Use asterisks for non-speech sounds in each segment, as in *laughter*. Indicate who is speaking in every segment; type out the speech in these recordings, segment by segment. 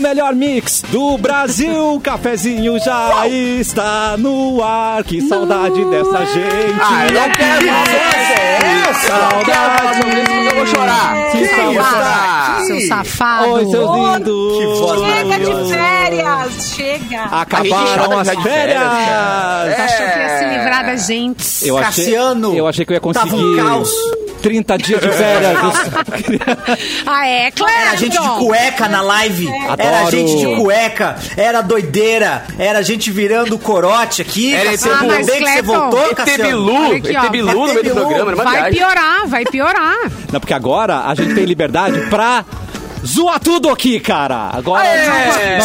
Speaker 1: melhor mix do Brasil.
Speaker 2: *laughs*
Speaker 1: O cafezinho já está no ar. Que saudade dessa gente.
Speaker 2: Ah, eu não quero mais é essa. Eu não quero mais uma vez, mas eu vou chorar.
Speaker 1: Que saudade.
Speaker 3: Seu safado.
Speaker 1: Oi, seus lindos.
Speaker 2: Que voz
Speaker 4: Chega de
Speaker 2: maravilhosa. Tá
Speaker 3: Tá
Speaker 4: férias, chega.
Speaker 2: chora
Speaker 1: Acabaram
Speaker 2: que
Speaker 1: as
Speaker 2: tá de
Speaker 1: férias.
Speaker 2: férias, cara.
Speaker 3: Achou que ia se livrar da gente.
Speaker 1: É. Eu achei,
Speaker 5: Cassiano,
Speaker 1: eu achei que eu ia conseguir
Speaker 5: tava um caos.
Speaker 1: 30 dias de férias. *laughs*
Speaker 2: *laughs*
Speaker 3: Ah, é,
Speaker 5: Era
Speaker 3: claro.
Speaker 5: gente de cueca na live. Era
Speaker 1: Adoro.
Speaker 5: gente de cueca. Era doideira. Era gente virando corote aqui.
Speaker 2: Era ET
Speaker 5: Cassiano, ainda
Speaker 3: Bilu.
Speaker 5: bem que você
Speaker 3: Cleiton,
Speaker 5: voltou,
Speaker 2: ET
Speaker 5: Cassiano.
Speaker 2: Bilu,
Speaker 3: Tá Olha aqui, ó.
Speaker 2: ET Bilu no meio do
Speaker 5: ET Bilu.
Speaker 2: programa, é era uma
Speaker 3: Vai
Speaker 2: viagem.
Speaker 3: piorar, vai piorar.
Speaker 1: Não, porque agora a gente tem liberdade pra zoar tudo aqui, cara. Agora.
Speaker 2: É.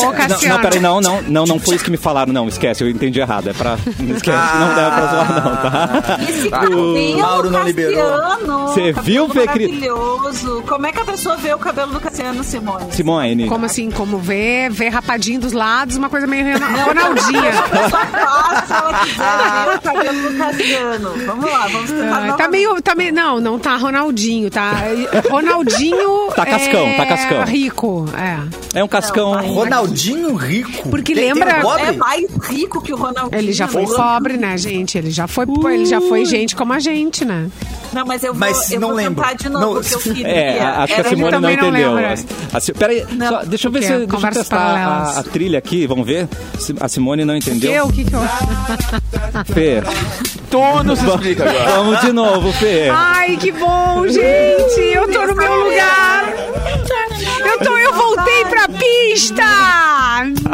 Speaker 3: Ô,
Speaker 1: Não,
Speaker 3: Cassiano.
Speaker 1: não, peraí, não, não, não, não foi isso que me falaram, não, esquece, eu entendi errado, é pra, esquece, não dá pra zoar não, tá?
Speaker 4: Esse cabelo
Speaker 5: Ah, Mauro não liberou.
Speaker 4: Cassiano.
Speaker 1: Você
Speaker 4: cabelo
Speaker 1: viu, Fê Cris?
Speaker 4: Maravilhoso. Como é que a pessoa vê o cabelo do Cassiano, Simone?
Speaker 1: Simone,
Speaker 3: Como assim, como ver, ver rapadinho dos lados, uma coisa meio Rena- Ronaldinha.
Speaker 4: A pessoa passa, ela quiser ver o cabelo do Cassiano. Vamos lá, vamos tentar.
Speaker 3: Ah, tá
Speaker 4: novamente. É
Speaker 3: meio, tá meio. Não, não tá Ronaldinho, tá. Ronaldinho.
Speaker 1: *laughs* Tá cascão,
Speaker 3: é
Speaker 1: tá cascão.
Speaker 3: Rico, é.
Speaker 1: é um cascão,
Speaker 4: Não,
Speaker 5: Ronaldinho Rico.
Speaker 3: Porque
Speaker 5: Tem- tem
Speaker 3: lembra-
Speaker 5: um pobre?
Speaker 4: É mais rico que o Ronaldinho.
Speaker 3: Ele já foi
Speaker 4: né?
Speaker 3: pobre, né, gente? Ele já foi, ele já foi gente como a gente, né?
Speaker 4: Não, mas eu vou,
Speaker 5: Mas
Speaker 4: eu
Speaker 5: não
Speaker 4: vou
Speaker 5: lembro.
Speaker 4: tentar de novo
Speaker 5: Não,
Speaker 4: o que eu
Speaker 5: se-
Speaker 4: queria.
Speaker 1: é, a- acho que a
Speaker 4: Era
Speaker 1: Simone não
Speaker 3: também não
Speaker 1: entendeu,
Speaker 3: lembra.
Speaker 1: A- a Si- peraí, só- deixa eu ver
Speaker 3: Porque
Speaker 1: se, deixa eu
Speaker 3: conversas
Speaker 1: testar a-
Speaker 3: paralelas.
Speaker 1: a, trilha aqui, vamos ver, Se- a Simone não
Speaker 3: Eu,
Speaker 1: entendeu,
Speaker 3: o que que eu...
Speaker 1: Fê,
Speaker 2: Todo se explica agora.
Speaker 1: vamos de novo, Fê,
Speaker 3: Ai, que bom, gente! Eu tô no meu lugar! Eu, tô, eu voltei pra pista!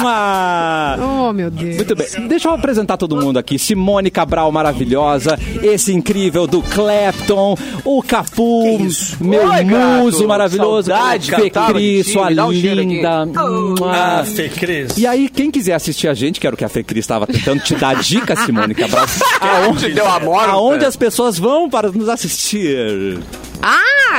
Speaker 1: Uma-
Speaker 3: Oh, meu Deus.
Speaker 1: Muito bem, deixa eu apresentar todo mundo aqui. Simone Cabral, maravilhosa. Esse incrível do Clapton, o Capu, meu
Speaker 2: Oi, gato.
Speaker 1: muso maravilhoso.
Speaker 2: Saudade,
Speaker 1: Fê
Speaker 2: cantava de
Speaker 1: Cris,
Speaker 2: ti,
Speaker 1: sua
Speaker 2: me dá um cheiro aqui. Ah,
Speaker 1: linda. Mua.
Speaker 5: Fecris.
Speaker 1: E aí, quem quiser assistir a gente, que era o que a Fê Cris estava tentando te dar dica, Simone
Speaker 2: *laughs*
Speaker 1: Cabral.
Speaker 2: Aonde É deu a morte?
Speaker 1: Aonde as pessoas vão para nos assistir?
Speaker 3: Ah,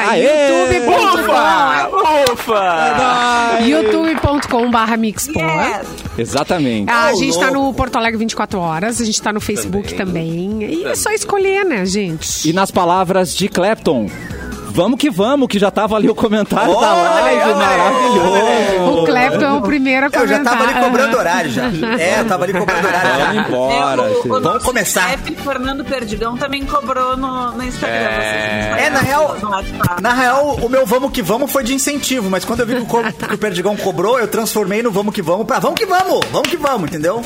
Speaker 1: Aê!
Speaker 2: É
Speaker 3: youtube.com
Speaker 2: Ufa! Ufa!
Speaker 3: youtube.com.br mixpod.
Speaker 4: Yes.
Speaker 1: Exatamente.
Speaker 3: A gente tá no Porto Alegre 24 horas, a gente tá no Facebook também. E é só escolher, né, gente?
Speaker 1: E nas palavras de Clapton. Vamos que vamos, que já tava ali o comentário da live, maravilhoso.
Speaker 3: O Clepton é o primeiro a
Speaker 5: Eu
Speaker 3: comentar. Ah,
Speaker 5: já tava ali cobrando
Speaker 3: Aham.
Speaker 5: horário já. É, eu tava ali cobrando horário
Speaker 1: Vamos
Speaker 2: *laughs*
Speaker 5: já.
Speaker 1: embora.
Speaker 4: Eu- é, o
Speaker 1: gente.
Speaker 4: nosso
Speaker 5: começar.
Speaker 4: chefe, Fernando Perdigão também cobrou no, no Instagram.
Speaker 2: É.
Speaker 5: É, na real,
Speaker 4: Na...
Speaker 5: na real, o meu vamos que vamos foi de incentivo, mas quando eu vi que o, co- que o Perdigão cobrou, eu transformei no vamos que vamos pra vamos que vamos, vamos que vamos,
Speaker 2: *laughs*
Speaker 5: entendeu?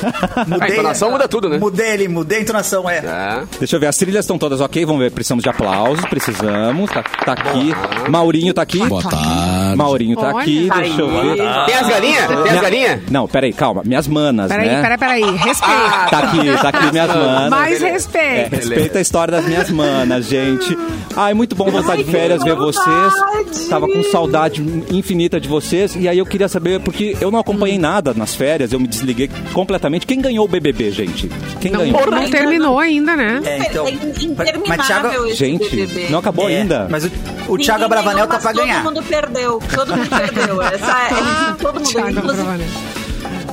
Speaker 5: Mudei.
Speaker 2: A entonação muda tudo, né?
Speaker 5: Mudei ele, mudei a entonação, é.
Speaker 2: Tá.
Speaker 1: Deixa eu ver, as trilhas estão todas ok, vamos ver, precisamos de aplausos, precisamos, tá, tá aqui, Maurinho tá aqui,
Speaker 6: Boa tarde.
Speaker 1: Maurinho tá
Speaker 3: Olha.
Speaker 1: aqui, deixa eu ver. Ah,
Speaker 2: Tem as galinhas? Tem as
Speaker 1: Minha-
Speaker 2: galinhas?
Speaker 1: Não, peraí, calma, minhas manas,
Speaker 3: Peraí,
Speaker 1: né?
Speaker 3: peraí, peraí. Respeita.
Speaker 1: Tá aqui, tá aqui minhas manas.
Speaker 3: Mais
Speaker 2: beleza.
Speaker 1: É,
Speaker 3: respeito.
Speaker 1: *laughs* respeita a história das minhas manas, gente. Ai, muito bom voltar de férias, ver vocês.
Speaker 4: saudade.
Speaker 1: Tava com saudade infinita de vocês. E aí eu queria saber, porque eu não acompanhei nada nas férias, eu me desliguei completamente. Quem ganhou o BBB, gente? Quem
Speaker 3: Não,
Speaker 1: ganhou?
Speaker 3: não terminou ainda, né?
Speaker 5: É, então.
Speaker 4: é interminável
Speaker 5: Mas Thiago-
Speaker 4: esse
Speaker 1: Gente,
Speaker 4: BBB.
Speaker 1: não acabou
Speaker 5: É,
Speaker 1: ainda.
Speaker 5: Mas o, o Thiago
Speaker 4: Ninguém
Speaker 5: Abravanel
Speaker 4: ganhou,
Speaker 5: tá
Speaker 4: mas
Speaker 5: pra ganhar.
Speaker 4: Todo mundo perdeu. Todo mundo perdeu. Essa, é- *laughs* todo mundo.
Speaker 3: Ah, Thiago
Speaker 4: inclusive,
Speaker 3: Bravani.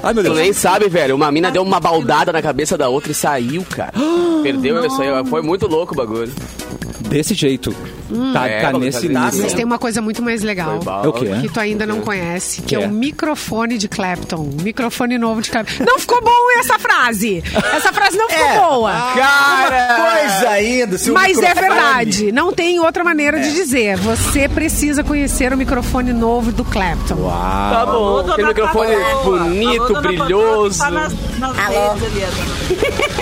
Speaker 1: Ai, meu
Speaker 2: Tu
Speaker 1: Deus.
Speaker 2: nem sabe, velho. Uma mina deu uma baldada na cabeça da outra e saiu, cara.
Speaker 3: *gasps*
Speaker 2: Perdeu isso aí. Foi muito louco o bagulho.
Speaker 1: Desse jeito. tá,
Speaker 2: É,
Speaker 1: tá
Speaker 2: vamos
Speaker 1: nesse
Speaker 2: fazer
Speaker 1: nível.
Speaker 3: Mas tem uma coisa muito mais legal.
Speaker 2: Foi bala.
Speaker 1: É o quê?
Speaker 3: Que tu ainda não conhece, que é
Speaker 1: Que é?
Speaker 3: o microfone de Clapton. Microfone novo de Clapton. Não ficou bom essa frase. Essa frase não ficou
Speaker 5: É.
Speaker 3: boa.
Speaker 5: Cara! Coisa ainda, se o
Speaker 3: Mas é
Speaker 5: microfone-
Speaker 3: verdade. Não tem outra maneira de dizer. Você precisa conhecer o microfone novo do Clapton. Ah.
Speaker 2: Tá
Speaker 4: Ô,
Speaker 2: bom.
Speaker 4: dona
Speaker 2: Aquele microfone
Speaker 4: Patroa. Alô,
Speaker 2: bonito,
Speaker 4: dona Patroa,
Speaker 2: brilhoso.
Speaker 4: Tá
Speaker 3: assim.
Speaker 4: nas, nas
Speaker 7: Alô.
Speaker 4: redes ali, Adriana.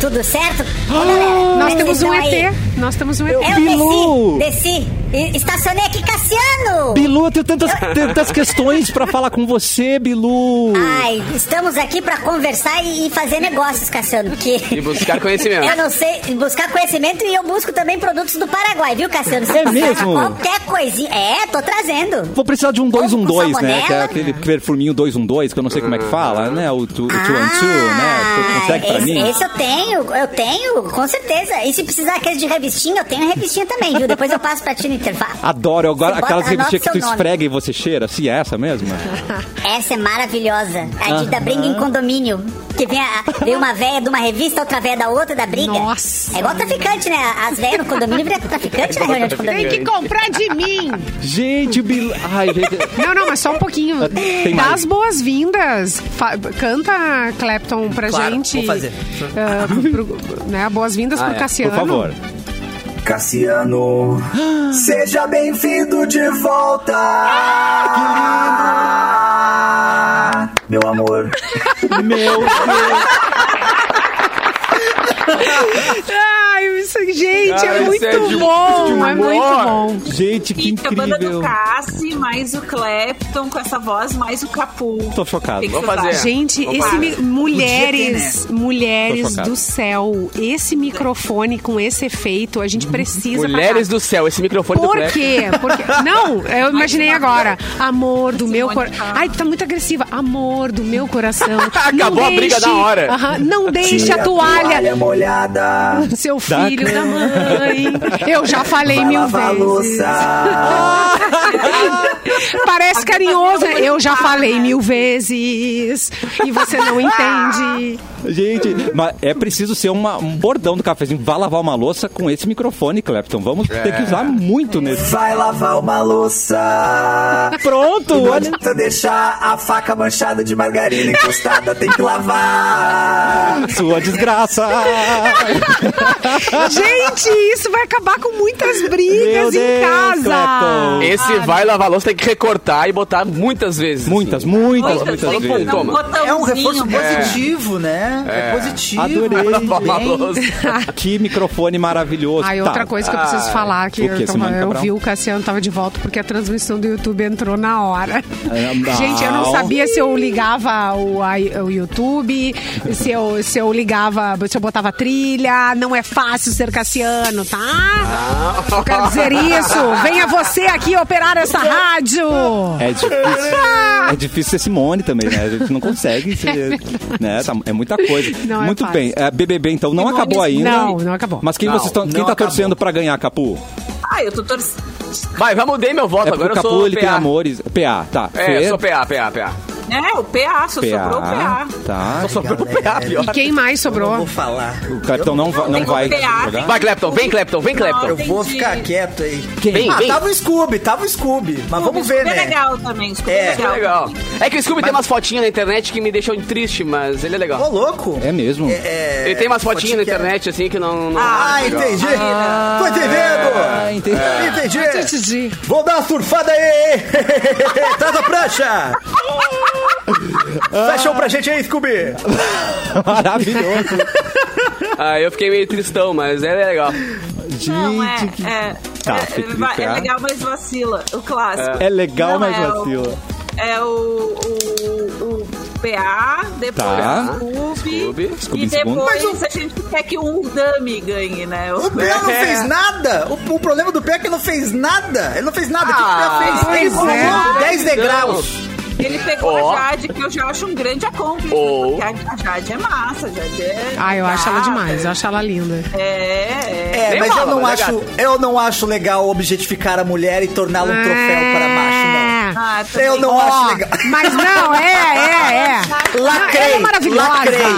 Speaker 7: Tudo certo?
Speaker 1: Ah,
Speaker 7: Ô, galera,
Speaker 3: Nós
Speaker 7: como é que
Speaker 3: temos
Speaker 7: vocês
Speaker 3: um
Speaker 7: estão aí? É
Speaker 3: ET. Nós temos um ET.
Speaker 1: Bilu!
Speaker 7: Eu desci, desci. e Estacionei aqui, Cassiano!
Speaker 1: Bilu, eu tenho tantas, tantas questões pra falar com você, Bilu.
Speaker 7: Ai, estamos aqui pra conversar e, e fazer negócios, Cassiano.
Speaker 1: *laughs*
Speaker 7: Que
Speaker 2: E buscar conhecimento.
Speaker 7: eu não sei buscar conhecimento e eu busco também produtos do Paraguai, viu, Cassiano? Se
Speaker 1: É
Speaker 7: precisar
Speaker 1: mesmo?
Speaker 7: Qualquer coisinha. É, tô trazendo.
Speaker 1: Vou precisar de um 212, né?
Speaker 7: salmonela.
Speaker 1: Que é aquele perfuminho 212, que eu não sei como é que fala, né? O 212, né? Você consegue pra
Speaker 7: Ah, esse,
Speaker 1: mim?
Speaker 7: esse eu tenho, eu tenho, com certeza. E se precisar aquele de revistinha, eu tenho a revistinha também, viu? Depois eu passo pra ti no Twitter. Vá.
Speaker 1: Adoro, eu agora
Speaker 7: Você bota-
Speaker 1: aquelas revistinhas que
Speaker 7: anota
Speaker 1: tu
Speaker 7: o seu nome.
Speaker 1: esfrega e você cheira, assim, é essa mesmo?
Speaker 7: Essa é maravilhosa. A de da briga em condomínio. Que vem, a, vem uma véia de uma revista, outra véia da outra, da briga.
Speaker 3: Nossa.
Speaker 7: É igual traficante, né? As véias no condomínio viram traficante na reunião de
Speaker 3: Tem
Speaker 7: condomínio.
Speaker 3: que comprar de mim.
Speaker 1: Gente, o Bil... Ai,
Speaker 3: *laughs*
Speaker 1: gente...
Speaker 3: Não, não, mas só um pouquinho.
Speaker 1: Tem
Speaker 3: Dá
Speaker 1: mais.
Speaker 3: as boas-vindas. Fa- Canta, Clapton, pra
Speaker 5: Claro,
Speaker 3: gente.
Speaker 5: vou fazer.
Speaker 3: ah, pro- né, boas-vindas
Speaker 2: Ah,
Speaker 3: pro
Speaker 2: é.
Speaker 3: Cassiano.
Speaker 1: Por favor.
Speaker 5: Cassiano, seja bem-vindo de volta. Meu amor.
Speaker 1: Meu Deus.
Speaker 3: Ai, isso, gente,
Speaker 2: Cara,
Speaker 3: é
Speaker 2: isso
Speaker 3: muito
Speaker 2: é de-
Speaker 3: bom.
Speaker 2: de
Speaker 3: É muito
Speaker 2: humor.
Speaker 3: bom.
Speaker 1: Gente, que
Speaker 4: Fica a banda do
Speaker 1: incrível.
Speaker 4: Cassi, mais o Clapton com essa voz, mais o Capu.
Speaker 1: Tô chocado.
Speaker 4: Que que
Speaker 2: Vamos
Speaker 4: você
Speaker 2: fazer.
Speaker 4: acha?
Speaker 3: Gente,
Speaker 2: Vamos
Speaker 3: esse
Speaker 2: lá.
Speaker 3: mi- mulheres,
Speaker 5: né?
Speaker 1: Tô
Speaker 3: mulheres
Speaker 1: chocado.
Speaker 3: do céu, esse microfone com esse efeito, a gente precisa. pra
Speaker 2: Mulheres
Speaker 3: cá.
Speaker 2: do céu, esse microfone do
Speaker 3: Por
Speaker 2: Clapton.
Speaker 3: quê? Por quê? Não, eu imaginei agora. Amor do meu coração.
Speaker 4: Simone,
Speaker 3: Ai, tu tá muito agressiva. Amor do meu coração. Não
Speaker 2: *laughs* Acabou a briga
Speaker 3: deixe-
Speaker 2: na hora.
Speaker 3: Aham, não deixe a toalha,
Speaker 5: molhada.
Speaker 3: do seu filho da mãe. Eu já falei
Speaker 5: Vai
Speaker 3: mil
Speaker 5: lavar a
Speaker 3: vezes.
Speaker 5: louça.
Speaker 1: tá
Speaker 3: Parece carinhoso.
Speaker 4: Agora
Speaker 3: Eu já
Speaker 4: tá,
Speaker 3: falei
Speaker 4: né?
Speaker 3: mil vezes. E você
Speaker 1: *laughs*
Speaker 3: não entende.
Speaker 1: Gente, mas é preciso ser uma- um bordão do cafezinho. Vá lavar uma louça com esse microfone, Clapton. Vamos ter que usar muito nesse.
Speaker 5: Vai lavar uma louça.
Speaker 1: Pronto,
Speaker 5: Não
Speaker 1: olha.
Speaker 5: adianta deixar a faca manchada de margarina encostada, tem que lavar.
Speaker 1: Sua desgraça!
Speaker 3: Gente, isso vai acabar com muitas
Speaker 1: Meu
Speaker 3: brigas em
Speaker 1: Deus,
Speaker 3: casa.
Speaker 1: Clepton.
Speaker 2: Esse vai lavar a louça, tem que recortar e botar muitas vezes.
Speaker 1: Muitas,
Speaker 2: assim.
Speaker 1: muitas,
Speaker 2: Oi,
Speaker 1: muitas
Speaker 2: falou com
Speaker 1: vezes.
Speaker 2: Tom. Toma.
Speaker 4: botãozinho,
Speaker 5: É um reforço
Speaker 4: botãozinho.
Speaker 5: positivo, né? É, positivo.
Speaker 1: Adorei.
Speaker 5: Bem-
Speaker 2: Lavar a louça.
Speaker 1: Que microfone maravilhoso.
Speaker 3: Ah, e outra
Speaker 1: Tá.
Speaker 3: coisa que eu preciso
Speaker 2: Ai.
Speaker 3: falar, que
Speaker 1: O quê,
Speaker 3: eu, tava-
Speaker 1: Simone
Speaker 3: eu
Speaker 1: Cabral?
Speaker 3: vi o Cassiano tava de volta porque a transmissão do YouTube entrou na hora.
Speaker 1: Ah, não.
Speaker 3: Gente, eu não sabia se eu ligava o, a- o YouTube, se eu, se eu ligava, se eu botava trilha. Não é fácil ser Cassiano, tá? Só quero dizer isso. Venha você aqui operar essa rádio.
Speaker 1: É difícil. é difícil ser Simone também, né? A gente não consegue
Speaker 3: *laughs*
Speaker 1: ser. né? Tá- É muita coisa.
Speaker 3: Não é
Speaker 1: Muito
Speaker 3: fácil.
Speaker 1: bem. É, BBB, então, não
Speaker 4: Simone-
Speaker 1: acabou ainda.
Speaker 3: Não, não acabou.
Speaker 1: Mas quem,
Speaker 2: Não,
Speaker 1: vocês tão,
Speaker 5: não
Speaker 1: quem tá
Speaker 5: acabou.
Speaker 1: torcendo pra ganhar, Capu?
Speaker 4: Ah, eu tô torcendo.
Speaker 2: Vai, vamos dei meu voto.
Speaker 1: É porque
Speaker 2: Agora
Speaker 1: o
Speaker 2: eu sou
Speaker 1: Capu, ele tem
Speaker 2: PA.
Speaker 1: amores... PA, tá.
Speaker 2: É,
Speaker 1: Fê?
Speaker 2: eu sou PA, PA, PA.
Speaker 4: É, o PA, só sobrou o PA.
Speaker 1: Tá.
Speaker 2: Só sobrou o PA, pior.
Speaker 3: E quem mais
Speaker 5: Eu
Speaker 3: sobrou?
Speaker 5: vou falar.
Speaker 1: O Clepton não, va- não
Speaker 4: tem
Speaker 1: vai
Speaker 4: o PA,
Speaker 1: jogar.
Speaker 2: Vai, Clapton, vem, Clapton, vem,
Speaker 5: Eu
Speaker 2: Clapton.
Speaker 4: Entendi.
Speaker 5: vou ficar quieto aí.
Speaker 2: Vem,
Speaker 5: ah,
Speaker 2: vem.
Speaker 5: tava o Scooby, tava o Scooby. Mas vamos ver,
Speaker 4: super
Speaker 5: né?
Speaker 4: é legal também, super
Speaker 5: É.
Speaker 4: legal.
Speaker 2: Legal. É que o Scooby tem umas fotinhas na internet que me deixam triste, mas ele é
Speaker 5: Ô,
Speaker 2: legal.
Speaker 5: louco.
Speaker 1: É mesmo?
Speaker 5: É,
Speaker 2: Ele tem umas fotinhas na
Speaker 5: que era-
Speaker 2: internet, assim, que não... não-
Speaker 5: Ah,
Speaker 2: legal.
Speaker 5: entendi. Tô entendendo.
Speaker 1: Ah. entendi.
Speaker 2: é.
Speaker 5: Entendi.
Speaker 3: Entendi.
Speaker 5: Vou dar uma surfada aí. Traz a prancha. Fecha um pra gente aí, Scooby.
Speaker 1: *laughs* Maravilhoso.
Speaker 2: Ah, eu fiquei meio tristão, mas ele é legal.
Speaker 4: Não, é,
Speaker 1: Gente, que...
Speaker 4: é,
Speaker 1: Tá,
Speaker 4: é,
Speaker 1: fica-
Speaker 4: vai- é
Speaker 1: fica.
Speaker 4: legal, mas vacila. O clássico.
Speaker 1: É legal,
Speaker 4: Não,
Speaker 1: mas
Speaker 4: é o-
Speaker 1: vacila.
Speaker 4: É o, o, o PA, depois
Speaker 1: Tá.
Speaker 4: o Scooby,
Speaker 2: Scooby.
Speaker 1: Scooby em
Speaker 4: e
Speaker 1: segundo.
Speaker 4: depois a gente quer que o Dami ganhe, né?
Speaker 5: O Pé não fez nada. O, o problema do Pé é que não fez nada. Ele não fez nada.
Speaker 2: Ah,
Speaker 5: o que o Pé fez? Ele
Speaker 3: pois é.
Speaker 5: pulou 10 degraus.
Speaker 4: Ele pegou
Speaker 2: Ó.
Speaker 4: a Jade, que eu já acho um grande acompanhamento,
Speaker 2: Ou-
Speaker 4: porque a, a Jade é massa, a Jade é...
Speaker 3: Ah, eu acho ela
Speaker 4: gata,
Speaker 3: demais, eu acho ela linda.
Speaker 4: É, é.
Speaker 5: É,
Speaker 2: Nem
Speaker 5: mas eu
Speaker 2: rola,
Speaker 5: não,
Speaker 2: né,
Speaker 5: acho,
Speaker 2: gata?
Speaker 5: eu não acho legal objetificar a mulher e torná-la
Speaker 3: Ah.
Speaker 5: um troféu para baixo, não.
Speaker 4: Ah, também-
Speaker 5: Eu não
Speaker 4: Ó,
Speaker 5: acho legal.
Speaker 3: É. Mas não, é, é, é.
Speaker 5: Lacrei,
Speaker 3: Ela é maravilhosa.
Speaker 5: lacrei,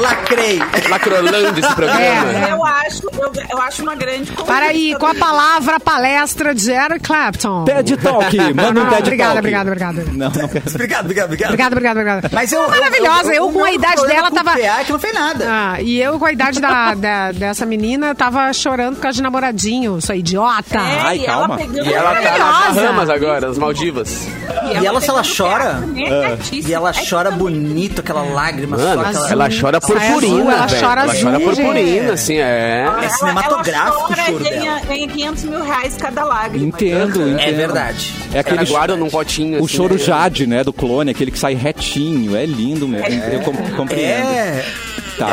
Speaker 5: lacrei. *laughs*
Speaker 2: Lacrolando esse programa.
Speaker 3: É.
Speaker 4: Eu acho, eu, eu acho uma grande
Speaker 3: Para aí, com a palavra palestra de Eric Clapton.
Speaker 1: TED Talk. Manda um
Speaker 3: Não,
Speaker 1: TED
Speaker 3: Ah, obrigada,
Speaker 1: Talk.
Speaker 3: obrigada, obrigada.
Speaker 1: Não, não quero.
Speaker 5: Obrigado, obrigado, obrigado.
Speaker 3: Obrigada, obrigada, obrigada. é
Speaker 5: Mas eu, eu-
Speaker 3: Maravilhosa, eu
Speaker 5: o
Speaker 3: com a
Speaker 5: meu
Speaker 3: idade
Speaker 5: problema
Speaker 3: dela
Speaker 5: com o
Speaker 3: tava-
Speaker 5: PA é que não fez nada.
Speaker 3: Ah, e eu, com a idade da, da- dessa menina, tava chorando por causa de namoradinho. Sou idiota.
Speaker 4: É,
Speaker 1: Ai,
Speaker 4: e
Speaker 1: calma.
Speaker 4: Ela pegando
Speaker 2: E ela tá nas
Speaker 3: Maravilhosa.
Speaker 2: Bahamas agora, nas Maldivas.
Speaker 5: E ela, se ela
Speaker 4: pegando
Speaker 5: chora, Ah.
Speaker 4: pedaço, né, gatíssima.
Speaker 5: E ela
Speaker 4: É que
Speaker 5: chora
Speaker 4: também-
Speaker 5: bonito, aquela
Speaker 3: Ah.
Speaker 5: lágrima
Speaker 2: Mano,
Speaker 5: só. Aquela...
Speaker 2: ela chora
Speaker 3: Sai azul,
Speaker 2: purpurina,
Speaker 3: ela
Speaker 2: velho.
Speaker 3: chora
Speaker 2: Ela
Speaker 3: azul,
Speaker 2: chora purpurina,
Speaker 5: gente.
Speaker 2: assim, é.
Speaker 4: Ela-
Speaker 5: cinematográfico o
Speaker 4: ela
Speaker 5: choro
Speaker 4: chora, ganha, ganha 500 mil reais cada lágrima.
Speaker 1: Entendo,
Speaker 4: entendeu?
Speaker 1: entendo.
Speaker 5: É verdade.
Speaker 1: É aquele
Speaker 2: Ela guarda num potinho,
Speaker 1: O
Speaker 2: assim,
Speaker 1: choro
Speaker 2: né?
Speaker 1: Jade, né, do clone, aquele que sai retinho. É lindo mesmo. Eu com- compreendo.
Speaker 5: É.
Speaker 1: Tá.
Speaker 2: é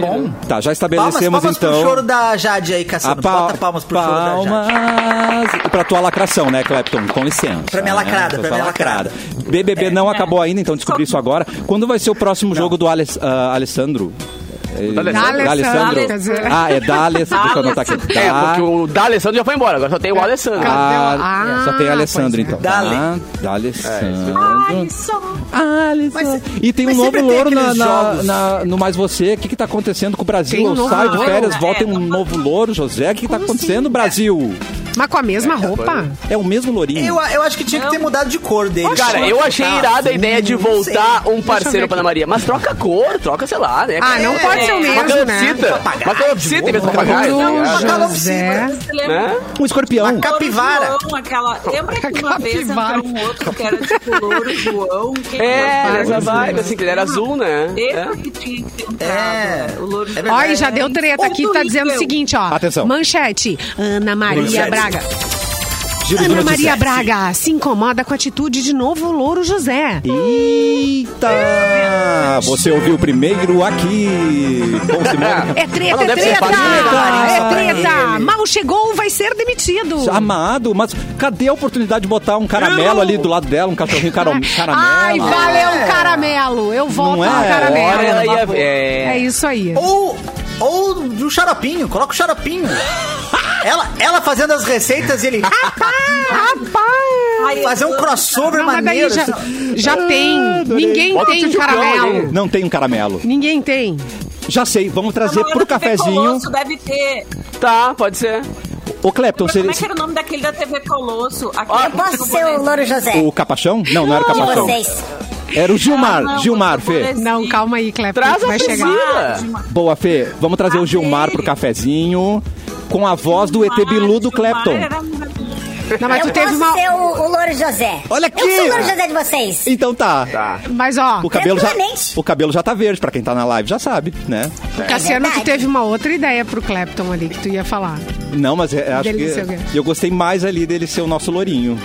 Speaker 2: muito
Speaker 1: Tá, já
Speaker 5: Palmas,
Speaker 1: estabelecemos
Speaker 5: palmas
Speaker 1: então.
Speaker 5: pro choro da Jade aí, Cassiano.
Speaker 1: pal-
Speaker 5: Bota palmas pro choro da Jade.
Speaker 1: palmas Pra tua lacração, né, Clepton? Com licença.
Speaker 5: Pra minha
Speaker 1: né?
Speaker 5: lacrada, pra
Speaker 1: tua
Speaker 5: minha lacrada.
Speaker 1: BBB não acabou ainda, então descobri isso agora. Quando vai ser o próximo jogo do Ale- ah, Alessandro?
Speaker 2: D'Alessandro.
Speaker 1: D'Alessandro.
Speaker 3: Quer dizer.
Speaker 1: Ah, é Dales. Deixa eu anotar aqui.
Speaker 2: É, porque
Speaker 1: Dá-
Speaker 2: o da Alessandro já foi embora, agora só tem o Alessandro.
Speaker 1: Ah,
Speaker 3: Ah,
Speaker 1: só tem
Speaker 3: pois
Speaker 1: Alessandro,
Speaker 3: é.
Speaker 1: então.
Speaker 5: Dale.
Speaker 1: Ah, D'Alessandro.
Speaker 5: Mas-
Speaker 1: E tem um
Speaker 5: mas
Speaker 1: novo
Speaker 5: sempre tem
Speaker 1: louro na,
Speaker 5: aqueles
Speaker 1: na-
Speaker 5: jogos.
Speaker 1: na- no Mais Você. O que, que tá acontecendo com o Brasil?
Speaker 3: Tem um
Speaker 1: Eu
Speaker 3: novo
Speaker 1: saio de
Speaker 3: louro?
Speaker 1: férias, volta tem
Speaker 4: É,
Speaker 1: um novo louro, José. O que, que tá acontecendo, Brasil?
Speaker 3: Mas com a mesma roupa?
Speaker 1: É o mesmo lourinho.
Speaker 5: Eu, eu acho que tinha que ter mudado de cor Tá, dele.
Speaker 2: Cara, eu achei
Speaker 3: Tá,
Speaker 2: irada a ideia de voltar um parceiro
Speaker 3: aqui.
Speaker 2: pra Ana Maria. Mas troca a cor, troca, sei lá, né?
Speaker 3: Ah,
Speaker 5: É,
Speaker 3: não pode ser o
Speaker 2: Uma
Speaker 3: mesmo, né?
Speaker 2: calopsita. Uma calopsita em vez de papagaio. tá
Speaker 3: Não,
Speaker 2: ligado?
Speaker 4: um
Speaker 3: José.
Speaker 2: Né?
Speaker 1: Um escorpião.
Speaker 5: capivara.
Speaker 4: João, aquela... Lembra que uma vez
Speaker 3: Capivara.
Speaker 4: entrou um outro que era tipo louro João? Quem
Speaker 2: É,
Speaker 4: gostava
Speaker 2: nessa
Speaker 4: disso?
Speaker 2: vibe, assim, que ele era azul, né?
Speaker 4: Esse
Speaker 2: É.
Speaker 4: que tinha que ter entrado,
Speaker 5: É.
Speaker 4: né? o louro João.
Speaker 3: Ó, e já deu treta aqui, tá dizendo o seguinte, ó.
Speaker 1: Atenção.
Speaker 3: Manchete. Ana Maria
Speaker 5: Manchete.
Speaker 3: Braga.
Speaker 1: Giro de
Speaker 3: Ana
Speaker 1: notícias.
Speaker 3: Maria Braga se incomoda com a atitude de novo Louro José.
Speaker 1: Eita! Você ouviu primeiro aqui. Bom,
Speaker 3: *laughs*
Speaker 1: Simone.
Speaker 3: É treta,
Speaker 2: Mas não
Speaker 3: é
Speaker 2: deve ser
Speaker 3: treta!
Speaker 2: fácil, né,
Speaker 3: É
Speaker 1: Ana Maria?
Speaker 3: treta! Mal chegou, vai ser demitido.
Speaker 1: Amado, mas cadê a oportunidade de botar um caramelo ali do lado dela, um cachorrinho caram- caramelo?
Speaker 3: *laughs*
Speaker 2: É.
Speaker 3: Ai, valeu o caramelo. Eu volto
Speaker 1: Não é?
Speaker 3: ao caramelo.
Speaker 2: Agora ela ia
Speaker 3: É
Speaker 2: ver.
Speaker 3: isso aí.
Speaker 5: Ou, ou do xaropinho, coloca o xaropinho. ela, ela fazendo as
Speaker 3: *laughs*
Speaker 5: receitas e ele
Speaker 3: Rapaz!
Speaker 5: fazer um crossover
Speaker 3: Ah, Não, mas daí
Speaker 5: maneiro.
Speaker 3: já,
Speaker 5: assim.
Speaker 3: já tem. Ninguém
Speaker 2: Ah, Bota o
Speaker 3: tem
Speaker 2: tio João
Speaker 3: caramelo.
Speaker 2: aí.
Speaker 1: Não tem um caramelo.
Speaker 3: Ninguém tem.
Speaker 1: Já sei, vamos trazer pro cafezinho.
Speaker 4: Colosso deve ter.
Speaker 2: Tá, pode ser.
Speaker 1: Ô, Clepton,
Speaker 4: Como é que
Speaker 1: você...
Speaker 4: era o nome daquele da TV Colosso?
Speaker 7: Eu posso ser o Louro José.
Speaker 1: O Capachão? Não, não era o
Speaker 7: De
Speaker 1: Capachão.
Speaker 7: vocês.
Speaker 1: Era
Speaker 3: Ah,
Speaker 1: o Gilmar. Gilmar, Fê.
Speaker 3: Não, calma aí, Clepton.
Speaker 2: Traz a
Speaker 3: Vai chegar.
Speaker 2: piscina.
Speaker 1: Boa, Fê. Vamos trazer o Gilmar pro cafezinho com a voz do ET Bilu do Clepton.
Speaker 3: Não, mas
Speaker 7: eu
Speaker 3: tu teve
Speaker 7: posso
Speaker 3: uma.
Speaker 7: ser o, o Louro José.
Speaker 1: Olha
Speaker 7: Eu
Speaker 1: aqui!
Speaker 7: sou o Louro José de vocês.
Speaker 1: Então tá.
Speaker 3: Mas ó,
Speaker 1: O cabelo, já,
Speaker 7: Tranquilamente.
Speaker 1: o cabelo já tá verde, pra quem tá na live já sabe, né?
Speaker 3: Cassiano, tu
Speaker 7: É verdade.
Speaker 3: teve uma outra ideia pro Clepton ali que tu ia falar.
Speaker 1: Não, mas é- acho
Speaker 3: Dele
Speaker 1: que
Speaker 3: ser o quê?
Speaker 1: eu gostei mais ali dele ser o nosso lourinho.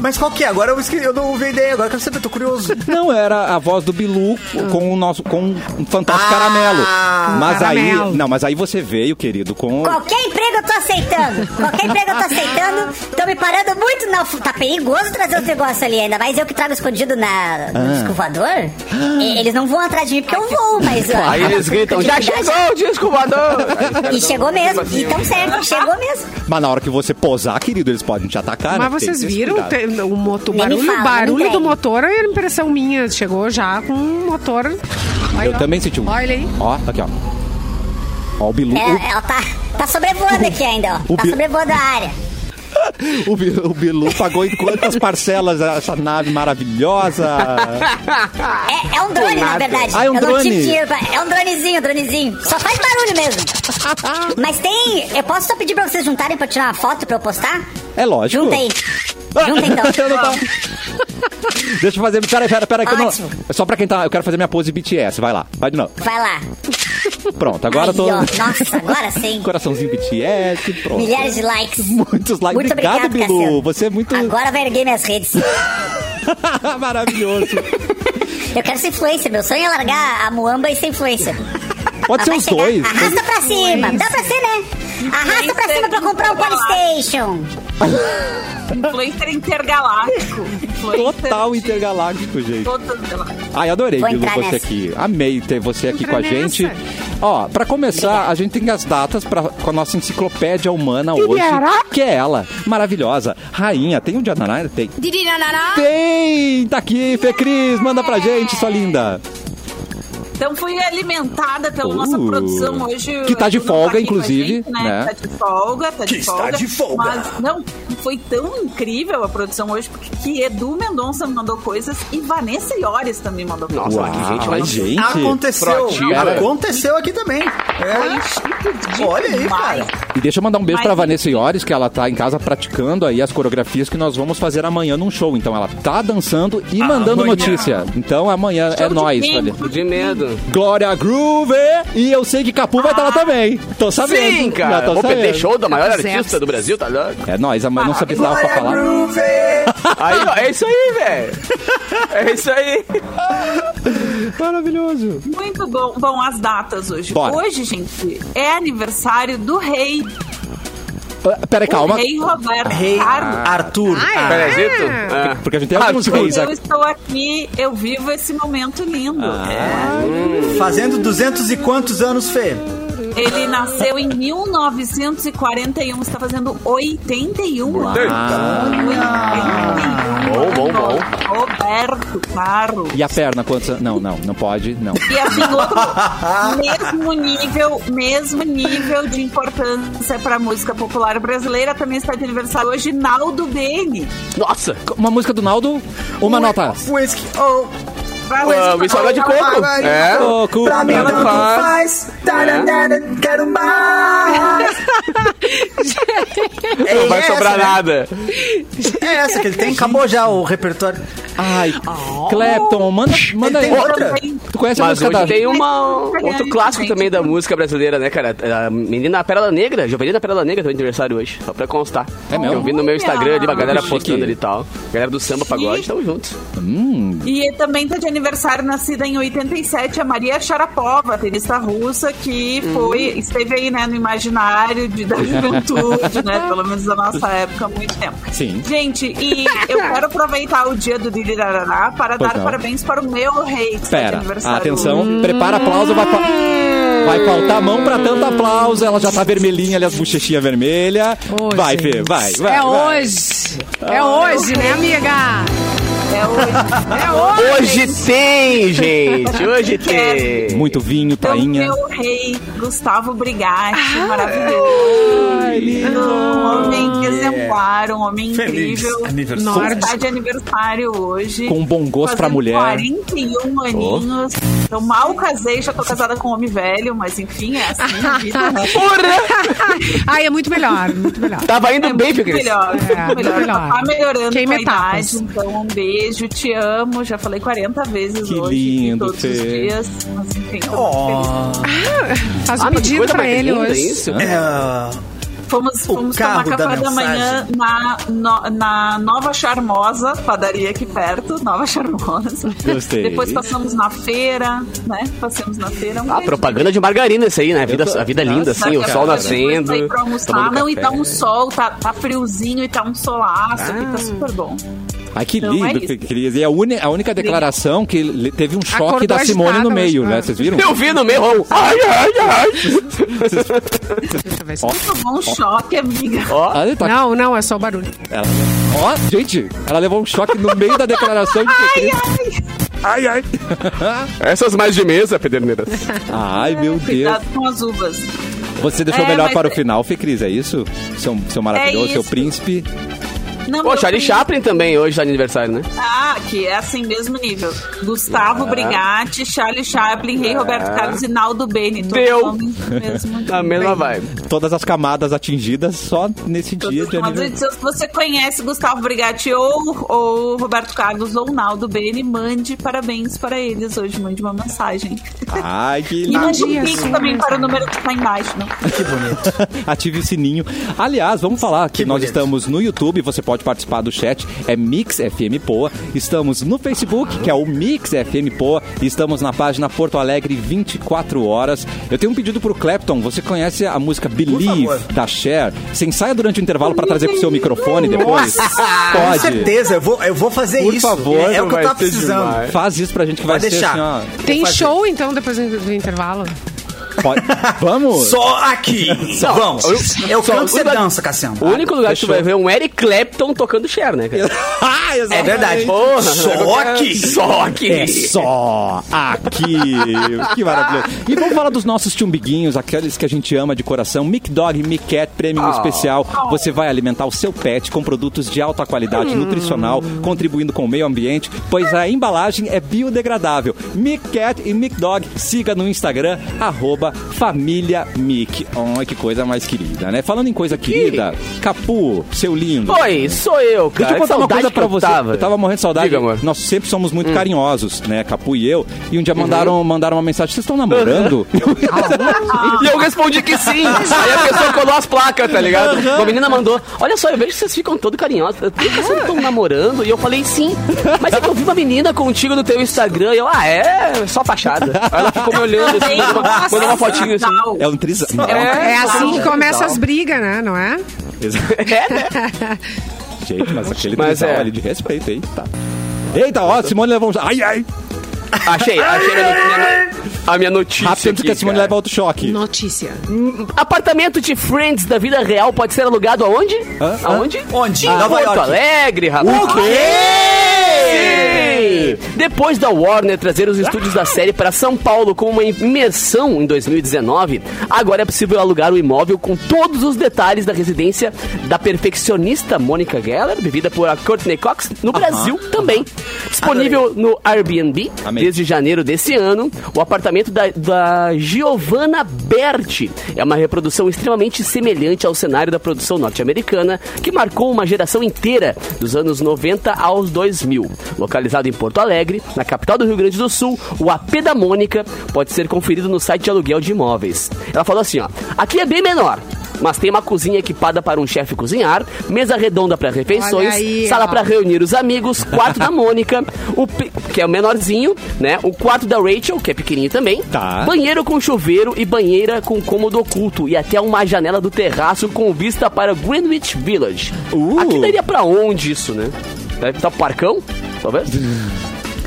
Speaker 5: Mas qual que é? Agora eu, esque- eu não ouvi a ideia, agora eu quero saber, tô curioso.
Speaker 1: Não, era a voz do Bilu com o nosso com um fantástico
Speaker 5: Ah,
Speaker 1: caramelo. Mas
Speaker 3: caramelo.
Speaker 1: aí, não, mas aí você veio, querido, com
Speaker 7: Qualquer emprego eu tô aceitando. Qualquer emprego eu tô aceitando. Tô me parando muito na. Tá perigoso trazer os negócios ali ainda. Mas eu que trago escondido na... no
Speaker 2: Ah.
Speaker 7: disco voador, e- Eles não vão atrás de mim porque eu vou, mas. ó,
Speaker 2: Aí eles gritam, já chegou o disco voador! Aí os
Speaker 5: *laughs*
Speaker 2: caras
Speaker 7: E chegou
Speaker 2: dão-
Speaker 7: mesmo.
Speaker 2: assim,
Speaker 7: E tão certo, chegou mesmo.
Speaker 1: Mas na hora que você posar, querido, eles podem te atacar. né?
Speaker 3: Mas
Speaker 1: Tem que
Speaker 3: vocês
Speaker 1: ter esse
Speaker 3: viram
Speaker 1: cuidado.
Speaker 3: te- o motor, o
Speaker 7: Nem me
Speaker 3: barulho,
Speaker 7: fala,
Speaker 3: barulho
Speaker 7: não
Speaker 3: do
Speaker 7: tem.
Speaker 3: motor é impressão minha. Chegou já com um motor. Aí,
Speaker 1: Eu
Speaker 3: ó.
Speaker 1: também senti um.
Speaker 3: Olha aí.
Speaker 1: Ó, aqui, ó. Ó, o Bilu.
Speaker 7: É, ela tá, tá sobrevoando aqui ainda,
Speaker 1: O
Speaker 7: ó. Tá
Speaker 1: Bi-
Speaker 7: sobrevoando a área.
Speaker 1: O, o Bilu, o Bilu pagou em quantas parcelas essa nave maravilhosa?
Speaker 7: É, é um drone, na verdade.
Speaker 1: Ah, é um
Speaker 7: eu não
Speaker 1: drone.
Speaker 7: tive dinheiro pra... É um dronezinho, dronezinho. Só faz barulho
Speaker 1: *laughs*
Speaker 7: mesmo. Mas tem... Eu posso só pedir pra vocês juntarem pra eu tirar uma foto pra eu postar?
Speaker 1: É lógico.
Speaker 7: Juntem.
Speaker 1: *laughs*
Speaker 7: Juntem, então.
Speaker 1: Tipo. Eu não tava- Deixa eu fazer. Peraí, peraí, peraí. Que eu não...
Speaker 7: Ótimo.
Speaker 1: É Só pra quem tá. Eu quero fazer minha pose BTS. Vai lá. Vai de novo.
Speaker 7: Vai lá.
Speaker 1: Pronto, agora
Speaker 7: Aí,
Speaker 1: tô.
Speaker 7: ó. Nossa, agora sim.
Speaker 1: *laughs* Coraçãozinho BTS. Pronto.
Speaker 7: Milhares de likes.
Speaker 1: Muitos likes.
Speaker 7: Muito
Speaker 1: obrigado,
Speaker 7: obrigado,
Speaker 1: Tá Bilu.
Speaker 7: Cassiano.
Speaker 1: Você é muito
Speaker 7: Agora vai erguer minhas redes.
Speaker 1: *laughs* maravilhoso.
Speaker 7: Eu quero ser influencer. Meu sonho é largar a muamba e ser influencer.
Speaker 1: Pode ser
Speaker 7: Ah, Vai
Speaker 1: os
Speaker 7: chegar-
Speaker 1: dois. né?
Speaker 7: Arrasta pra cima. Dá pra ser, né? Arrasta pra cima pra comprar um Polystation.
Speaker 4: Influencer intergaláctico. Influencer
Speaker 1: Total
Speaker 4: de
Speaker 1: intergaláctico, gente.
Speaker 4: todas elas.
Speaker 1: Ai, adorei,
Speaker 7: Vou
Speaker 1: Bilu,
Speaker 7: entrar
Speaker 1: você
Speaker 7: nessa.
Speaker 1: aqui. Amei ter você aqui
Speaker 3: Entra
Speaker 1: com a
Speaker 3: nessa.
Speaker 1: gente. Ó, pra começar, a gente tem as datas pra, com a nossa enciclopédia humana hoje, que é ela, maravilhosa, rainha. Tem um dia na Nara? Tem. Tem! Tá aqui, Fê Cris, manda pra gente, sua linda.
Speaker 4: Então fui alimentada pela nossa
Speaker 1: Uh,
Speaker 4: produção hoje.
Speaker 1: que tá de
Speaker 4: o Edu não
Speaker 1: folga,
Speaker 4: aqui com a
Speaker 1: inclusive,
Speaker 4: gente,
Speaker 1: né?
Speaker 4: Tá de folga, tá
Speaker 5: Que
Speaker 4: de
Speaker 5: está
Speaker 4: folga.
Speaker 5: de folga.
Speaker 4: Mas não, foi tão incrível a produção hoje, porque que Edu Mendonça mandou coisas e Vanessa Iores também mandou coisas.
Speaker 2: Nossa, que gente, mas
Speaker 1: gente.
Speaker 5: Aconteceu.
Speaker 2: proativa.
Speaker 5: Aconteceu aqui também. É.
Speaker 4: Foi chique demais.
Speaker 5: Olha aí, cara.
Speaker 1: E deixa eu mandar um beijo
Speaker 4: Mas-
Speaker 1: pra Vanessa Iores, que ela tá em casa praticando aí as coreografias que nós vamos fazer amanhã num show. Então ela tá dançando e
Speaker 2: Ah,
Speaker 1: mandando
Speaker 5: Amanhã.
Speaker 1: notícia. Então amanhã é
Speaker 4: de
Speaker 1: nóis,
Speaker 4: quem?
Speaker 1: olha.
Speaker 2: De medo.
Speaker 1: Glória Groove! E eu sei que Capu vai estar lá também. Tô sabendo.
Speaker 2: Ah. Sim,
Speaker 1: Já
Speaker 2: cara.
Speaker 1: tô
Speaker 2: Vou perder
Speaker 1: sabendo.
Speaker 2: show da maior
Speaker 3: Zé.
Speaker 2: artista do Brasil, tá ligado?
Speaker 1: É nóis, mas não sabia se dava pra
Speaker 5: Glória
Speaker 1: falar.
Speaker 5: Groove!
Speaker 2: Aí, ó, é isso aí, velho. É isso aí.
Speaker 1: Maravilhoso.
Speaker 4: Muito bom. Bom, as datas hoje.
Speaker 1: Bora.
Speaker 4: Hoje, gente, é aniversário do rei.
Speaker 1: Ah, Peraí, calma.
Speaker 4: Rei Roberto
Speaker 5: Rei
Speaker 4: Carlos.
Speaker 5: Arthur.
Speaker 3: Ah, é?
Speaker 2: Pelezito? Ah.
Speaker 1: Porque a gente tem alguns
Speaker 2: Arthur.
Speaker 1: reis
Speaker 4: Eu
Speaker 1: aqui.
Speaker 4: estou aqui, eu vivo esse momento lindo.
Speaker 5: Fazendo 200 e quantos anos, Fê?
Speaker 4: Ele nasceu em 1941, está fazendo 81 anos.
Speaker 2: Bom,
Speaker 4: 81
Speaker 2: bom, bom.
Speaker 4: Roberto Carlos.
Speaker 1: E a perna, quantos... Não, não, não pode, não.
Speaker 4: E assim, outro mesmo nível, mesmo nível de importância para a música popular brasileira, também está de aniversário hoje, Naldo Bene.
Speaker 2: Nossa!
Speaker 1: Uma música do Naldo, uma nota.
Speaker 5: Whisky, oh,
Speaker 2: Ah, me salga de coco. É.
Speaker 1: Coco.
Speaker 5: pra mim
Speaker 2: Tanto
Speaker 5: tanto
Speaker 2: faz.
Speaker 5: faz. Tararara,
Speaker 2: É.
Speaker 5: Quero mais. É
Speaker 2: *laughs* Não vai
Speaker 5: essa,
Speaker 2: sobrar
Speaker 5: né?
Speaker 2: nada.
Speaker 5: É essa que ele tem. Acabou já o repertório.
Speaker 1: Ai,
Speaker 2: Oh.
Speaker 1: Clapton, manda, manda aí.
Speaker 5: tem outra?
Speaker 1: Tu conhece a
Speaker 2: Mas
Speaker 1: música da...
Speaker 2: hoje tem um uma, outro
Speaker 4: Ganhei,
Speaker 2: clássico
Speaker 4: gente.
Speaker 2: também da música brasileira, né, cara? A menina Pérola Negra, Jovelina Pérola Negra, também de aniversário hoje, só pra constar.
Speaker 1: É mesmo?
Speaker 2: Eu vi no meu Instagram ali, a galera
Speaker 1: Olha.
Speaker 2: postando ali e tal. Galera do Samba Pagode, tamo juntos.
Speaker 4: E também tá de aniversário, nascida em 87, a Maria Sharapova, tenista russa, que
Speaker 1: Hum.
Speaker 4: foi, esteve aí, né, no imaginário de, da juventude, né, pelo menos da nossa época, há muito tempo.
Speaker 1: Sim.
Speaker 4: Gente, e eu quero aproveitar o dia do Diriraraná para
Speaker 1: Pois
Speaker 4: dar
Speaker 1: não.
Speaker 4: parabéns para o meu rei, que está de
Speaker 1: Pera,
Speaker 4: aniversário.
Speaker 1: atenção, prepara aplauso, vai, fa- vai faltar mão pra tanto aplauso. Ela já tá vermelhinha ali, as bochechinhas vermelhas.
Speaker 3: Ô,
Speaker 1: Vai,
Speaker 3: gente.
Speaker 1: Fê, vai, vai.
Speaker 3: É
Speaker 1: vai.
Speaker 3: hoje. É hoje, né, amiga?
Speaker 4: É hoje.
Speaker 1: *laughs*
Speaker 3: É hoje.
Speaker 2: Hoje tem, gente! Hoje tem!
Speaker 1: Muito vinho,
Speaker 4: Então,
Speaker 1: tainha.
Speaker 4: meu rei, Gustavo Brigatti,
Speaker 1: Ah,
Speaker 4: maravilhoso. Um homem exemplar, um homem
Speaker 5: Feliz
Speaker 4: incrível.
Speaker 5: aniversário.
Speaker 4: Está de aniversário hoje.
Speaker 1: Com bom gosto pra
Speaker 4: Fazendo
Speaker 1: mulher.
Speaker 4: 41 aninhos. Eu mal casei, já tô casada com um homem velho, mas enfim, é assim
Speaker 1: *laughs*
Speaker 4: a vida, né?
Speaker 3: *laughs* Ai, é muito melhor, muito melhor.
Speaker 2: Tava indo bem,
Speaker 4: É muito
Speaker 2: Fecris.
Speaker 4: melhor, muito
Speaker 3: É,
Speaker 4: melhor.
Speaker 3: melhor.
Speaker 4: Tá melhorando
Speaker 3: Queima
Speaker 4: com a
Speaker 3: etapas.
Speaker 4: idade, então um beijo, te amo. Já falei 40 vezes
Speaker 1: Que
Speaker 4: hoje,
Speaker 1: lindo,
Speaker 4: todos os
Speaker 1: Fê.
Speaker 4: dias. Mas enfim, tô muito feliz.
Speaker 3: Faz um
Speaker 2: Ah, mas que
Speaker 3: pedido
Speaker 2: coisa
Speaker 3: pra
Speaker 2: mais
Speaker 3: ele
Speaker 2: linda
Speaker 3: hoje.
Speaker 2: isso.
Speaker 5: É,
Speaker 4: Fomos, fomos tomar
Speaker 5: carro da
Speaker 4: café da,
Speaker 5: mensagem.
Speaker 4: manhã na, no- na Nova Charmosa, padaria aqui perto, Nova Charmosa.
Speaker 1: Gostei.
Speaker 4: Depois passamos na feira, né? Passamos na feira. Um
Speaker 2: Ah,
Speaker 4: beijo.
Speaker 2: propaganda de margarina isso aí, né? A vida, a vida linda,
Speaker 4: Daqui
Speaker 2: assim,
Speaker 4: a
Speaker 2: o
Speaker 4: pouco
Speaker 2: sol
Speaker 4: depois
Speaker 2: nascendo.
Speaker 4: sair pra almoçar.
Speaker 2: tomando
Speaker 4: Não, e tá
Speaker 2: café. Ah.
Speaker 4: um sol, tá, tá friozinho e tá um solaço, aqui tá super bom.
Speaker 1: Ai, que
Speaker 4: Não,
Speaker 1: lindo,
Speaker 4: é isso.
Speaker 1: Fê Cris. E a, uni- a única declaração que le- teve um choque
Speaker 3: Acordou
Speaker 1: da Simone
Speaker 3: agitada,
Speaker 1: no meio,
Speaker 3: mas-
Speaker 1: né?
Speaker 3: ah.
Speaker 1: Vocês viram?
Speaker 2: Eu vi no meu. ó, Ai, ai, ai.
Speaker 3: Vai ser-
Speaker 4: Tomou um choque, amiga. *laughs*
Speaker 1: Ah, ele tá-
Speaker 3: Não, não, é só o barulho.
Speaker 1: ela- Ó, gente, ela levou um choque no meio da declaração de Fê Cris. Ai, ai.
Speaker 2: Essas mais de mesa, Pederneiras.
Speaker 1: Ai, meu Deus.
Speaker 4: Cuidado com as uvas.
Speaker 1: Você deixou
Speaker 4: É,
Speaker 1: melhor
Speaker 4: mas-
Speaker 1: para o final, Fê Cris, é isso? Seu, seu maravilhoso, seu
Speaker 4: isso.
Speaker 1: príncipe.
Speaker 4: Não,
Speaker 2: Pô,
Speaker 4: meu
Speaker 2: Charlie
Speaker 4: primo-
Speaker 2: Chaplin também hoje tá de aniversário, né?
Speaker 4: Ah, que é assim mesmo nível.
Speaker 2: Ah.
Speaker 4: Gustavo Brigatti, Charlie Chaplin, Rei Roberto Carlos e Naldo Bene. Todos
Speaker 2: Deu.
Speaker 4: homens do
Speaker 2: *laughs*
Speaker 4: mesmo nível.
Speaker 2: A Tá mesma vibe.
Speaker 1: todas as camadas atingidas só nesse
Speaker 4: Todos
Speaker 1: dia de
Speaker 4: nós,
Speaker 1: aniversário.
Speaker 4: é Se você conhece Gustavo Brigatti ou, ou Roberto Carlos ou Naldo Bene, mande parabéns para eles hoje. Mande uma mensagem.
Speaker 1: Ai, que
Speaker 4: E
Speaker 1: lindo.
Speaker 4: mande um
Speaker 3: dias,
Speaker 4: pix
Speaker 3: né?
Speaker 4: também para o número que está embaixo. Né?
Speaker 1: *laughs* Ative o sininho. Aliás, vamos falar que,
Speaker 5: Que
Speaker 1: nós
Speaker 5: bonito.
Speaker 1: estamos no YouTube, você pode participar do chat, é Mix FM Poa. Estamos no Facebook, que é o Mix FM Poa. E estamos na página Porto Alegre 24 horas. Eu tenho um pedido pro Clapton. Você conhece a música Believe
Speaker 5: favor.
Speaker 1: da Cher? Você ensaia durante o intervalo para trazer pro seu microfone depois?
Speaker 5: com
Speaker 1: Pode.
Speaker 5: certeza, eu vou, eu vou fazer
Speaker 1: Por
Speaker 5: isso.
Speaker 1: favor,
Speaker 5: é, é o que eu
Speaker 2: vai
Speaker 5: tava
Speaker 2: ser
Speaker 5: precisando.
Speaker 2: demais.
Speaker 1: Faz isso pra gente que vai
Speaker 5: Pode deixar.
Speaker 1: ser assim,
Speaker 3: Tem
Speaker 5: fazer.
Speaker 3: show, então, depois do do intervalo?
Speaker 1: ó. Pode-
Speaker 5: *laughs*
Speaker 1: Vamos?
Speaker 5: Só aqui.
Speaker 2: *laughs* Não,
Speaker 5: Vamos.
Speaker 2: eu-
Speaker 5: Eu canto, você
Speaker 2: eu-
Speaker 5: dança, Cassiano.
Speaker 2: O único lugar que tu vai
Speaker 1: Tá, fechou.
Speaker 2: ver é um Eric Clapton tocando Cher, né, cara?
Speaker 1: Ah,
Speaker 5: É
Speaker 1: exatamente.
Speaker 5: verdade.
Speaker 2: Porra, *laughs*
Speaker 5: Só aqui.
Speaker 2: Só que.
Speaker 1: É só aqui. que maravilha. E vamos falar dos nossos chumbiguinhos, aqueles que a gente ama de coração. Mic Dog, Mic Cat, prêmio especial. Você vai alimentar o seu pet com produtos de alta qualidade nutricional, contribuindo com o meio ambiente, pois a embalagem é biodegradável. Mic Cat e Mic Dog, siga no Instagram, arroba família Mic. Oh, que coisa mais querida, né? Falando em coisa querida, Capu, seu lindo.
Speaker 2: Oi, sou eu, cara.
Speaker 1: Deixa eu contar uma
Speaker 2: Saudade
Speaker 1: coisa pra você.
Speaker 2: tava?
Speaker 1: Eu tava morrendo de saudade.
Speaker 2: Diga, amor.
Speaker 1: Nós sempre somos muito carinhosos, né? Capu e eu. E um dia mandaram, mandaram uma mensagem: vocês estão namorando?
Speaker 2: E eu respondi que
Speaker 1: *laughs*
Speaker 2: sim. Aí a pessoa colou as placas, tá ligado? Uma menina mandou: Olha só, eu vejo que vocês ficam todo carinhosos. Por que vocês estão namorando? E eu falei: Sim. Mas é que eu vi uma menina contigo no teu Instagram. E eu, ah, é? Só fachada. Aí ela ficou me olhando assim, mandou uma, mandou uma fotinha assim.
Speaker 4: Não.
Speaker 1: É um trisal.
Speaker 3: É
Speaker 2: só
Speaker 3: assim que
Speaker 2: um
Speaker 3: começa
Speaker 2: trisal.
Speaker 3: as brigas, né? Não é?
Speaker 2: É, né?
Speaker 1: *laughs* Gente, mas aquele
Speaker 2: Mas
Speaker 1: trisal
Speaker 2: é.
Speaker 1: ali de respeito, hein? Tá. Eita, ó, Simone levou um. Ai, ai!
Speaker 2: Achei, achei a minha, né? a minha notícia.
Speaker 1: Rápido
Speaker 2: aqui,
Speaker 1: que a Simone
Speaker 2: cara.
Speaker 1: leva outro choque.
Speaker 3: Notícia.
Speaker 2: Apartamento de Friends da vida real pode ser alugado aonde?
Speaker 1: Hã?
Speaker 2: Aonde?
Speaker 5: Onde?
Speaker 2: Em
Speaker 5: Nova
Speaker 2: Porto
Speaker 5: York.
Speaker 2: Alegre, rapaz.
Speaker 1: O quê?
Speaker 2: Sim! Depois da Warner trazer os estúdios da série para São Paulo com uma imersão em 2019, agora é possível alugar o imóvel com todos os detalhes da residência da perfeccionista Mônica Geller, vivida por a Courtney Cox, no Brasil também. Disponível no Airbnb
Speaker 1: Amei.
Speaker 2: desde janeiro desse ano, o apartamento da, da Giovanna Berti é uma reprodução extremamente semelhante ao cenário da produção norte-americana, que marcou uma geração inteira dos anos 90 aos 2000. Localizado em Porto Alegre, na capital do Rio Grande do Sul, o AP da Mônica pode ser conferido no site de aluguel de imóveis. Ela falou assim, ó, aqui é bem menor. Mas tem uma cozinha equipada para um chefe cozinhar, mesa redonda para refeições,
Speaker 3: Olha aí,
Speaker 2: sala
Speaker 3: ó.
Speaker 2: para reunir os amigos, quarto da Mônica, o pe- que é o menorzinho, né? O quarto da Rachel, que é pequenininho também.
Speaker 1: Tá.
Speaker 2: Banheiro com chuveiro e banheira com cômodo oculto e até uma janela do terraço com vista para Greenwich Village.
Speaker 1: Uh.
Speaker 2: Aqui daria pra onde isso, né? Deve estar pro parcão, talvez?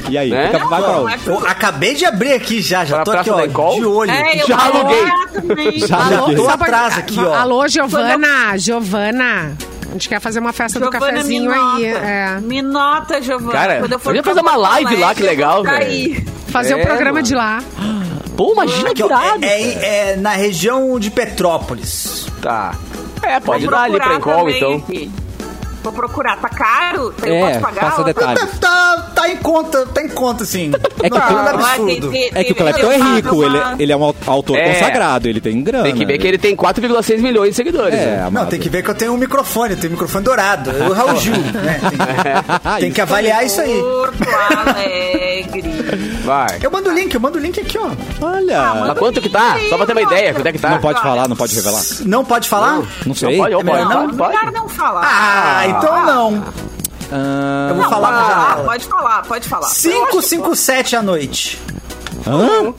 Speaker 1: E aí?
Speaker 2: Né?
Speaker 1: Fica- vai pra onde?
Speaker 5: Pô, acabei de abrir aqui já, já
Speaker 2: Pra
Speaker 5: tô aqui,
Speaker 2: Praça
Speaker 5: ó,
Speaker 2: da Ecol?
Speaker 5: de olho.
Speaker 4: É, eu
Speaker 2: Já
Speaker 4: vou
Speaker 2: aluguei.
Speaker 4: lá também.
Speaker 1: Já
Speaker 5: Alô?
Speaker 1: liguei.
Speaker 5: Tô atrás aqui, ó.
Speaker 3: é, Alô, Giovana. Giovana. A gente quer fazer uma festa do
Speaker 4: Giovana, me
Speaker 3: cafezinho aí.
Speaker 4: nota.
Speaker 3: É.
Speaker 4: Me nota, Giovana.
Speaker 2: Cara,
Speaker 4: Quando eu for
Speaker 2: podia
Speaker 4: pra tá
Speaker 2: fazer uma
Speaker 4: Porto
Speaker 2: live lá, que
Speaker 4: Alegre,
Speaker 2: legal,
Speaker 4: eu vou
Speaker 2: velho.
Speaker 4: daí.
Speaker 3: Fazer o
Speaker 2: É,
Speaker 3: programa
Speaker 2: mano.
Speaker 3: de lá.
Speaker 2: Pô, imagina
Speaker 5: Aqui,
Speaker 2: que
Speaker 5: ó,
Speaker 2: irado.
Speaker 5: é, é- é na região de Petrópolis.
Speaker 2: Tá. É, pode
Speaker 4: Vou
Speaker 2: dar ali
Speaker 4: procurar
Speaker 2: pra Encol,
Speaker 4: também
Speaker 2: então.
Speaker 4: aqui. Vou procurar. Tá caro? Eu
Speaker 1: É,
Speaker 4: posso pagar?
Speaker 1: faça
Speaker 4: Ó,
Speaker 5: Tá,
Speaker 1: detalhes.
Speaker 5: tá, tá em conta, tá em conta,
Speaker 4: *laughs*
Speaker 5: sim.
Speaker 1: É que
Speaker 5: não,
Speaker 1: tem-
Speaker 5: nada
Speaker 4: ó,
Speaker 5: absurdo.
Speaker 4: Tá, tem- tem-
Speaker 1: É que o
Speaker 4: tem-
Speaker 1: Clepton é
Speaker 4: tem-
Speaker 1: rico, ele,
Speaker 4: uma-
Speaker 1: ele é um au- autor
Speaker 2: É.
Speaker 1: consagrado, ele tem grana.
Speaker 2: Tem que ver que ele tem 4,6 milhões de seguidores.
Speaker 1: É,
Speaker 2: né?
Speaker 1: amado.
Speaker 5: Não, tem que ver que eu tenho um microfone, eu tenho um microfone dourado. Eu, Raul Gil, né? *laughs* Tem, tem que avaliar É isso aí.
Speaker 4: Porto Alegre.
Speaker 2: Vai.
Speaker 5: Eu mando o link, eu mando o link aqui, ó.
Speaker 1: Olha.
Speaker 2: *laughs*
Speaker 4: Ah,
Speaker 2: Mas quanto que tá? Só pra ter uma ideia, quanto é que tá?
Speaker 1: não pode falar, não pode revelar.
Speaker 5: Não pode falar?
Speaker 1: Não sei.
Speaker 2: pode, ó, pode,
Speaker 4: Não,
Speaker 2: não, pode.
Speaker 4: melhor não falar.
Speaker 5: Ah, então não.
Speaker 1: Ah,
Speaker 5: Eu vou
Speaker 4: Não, ah.
Speaker 5: falar
Speaker 4: pode
Speaker 5: na
Speaker 4: falar,
Speaker 5: janela.
Speaker 4: pode falar, pode falar.
Speaker 5: 557 à noite.
Speaker 1: hã?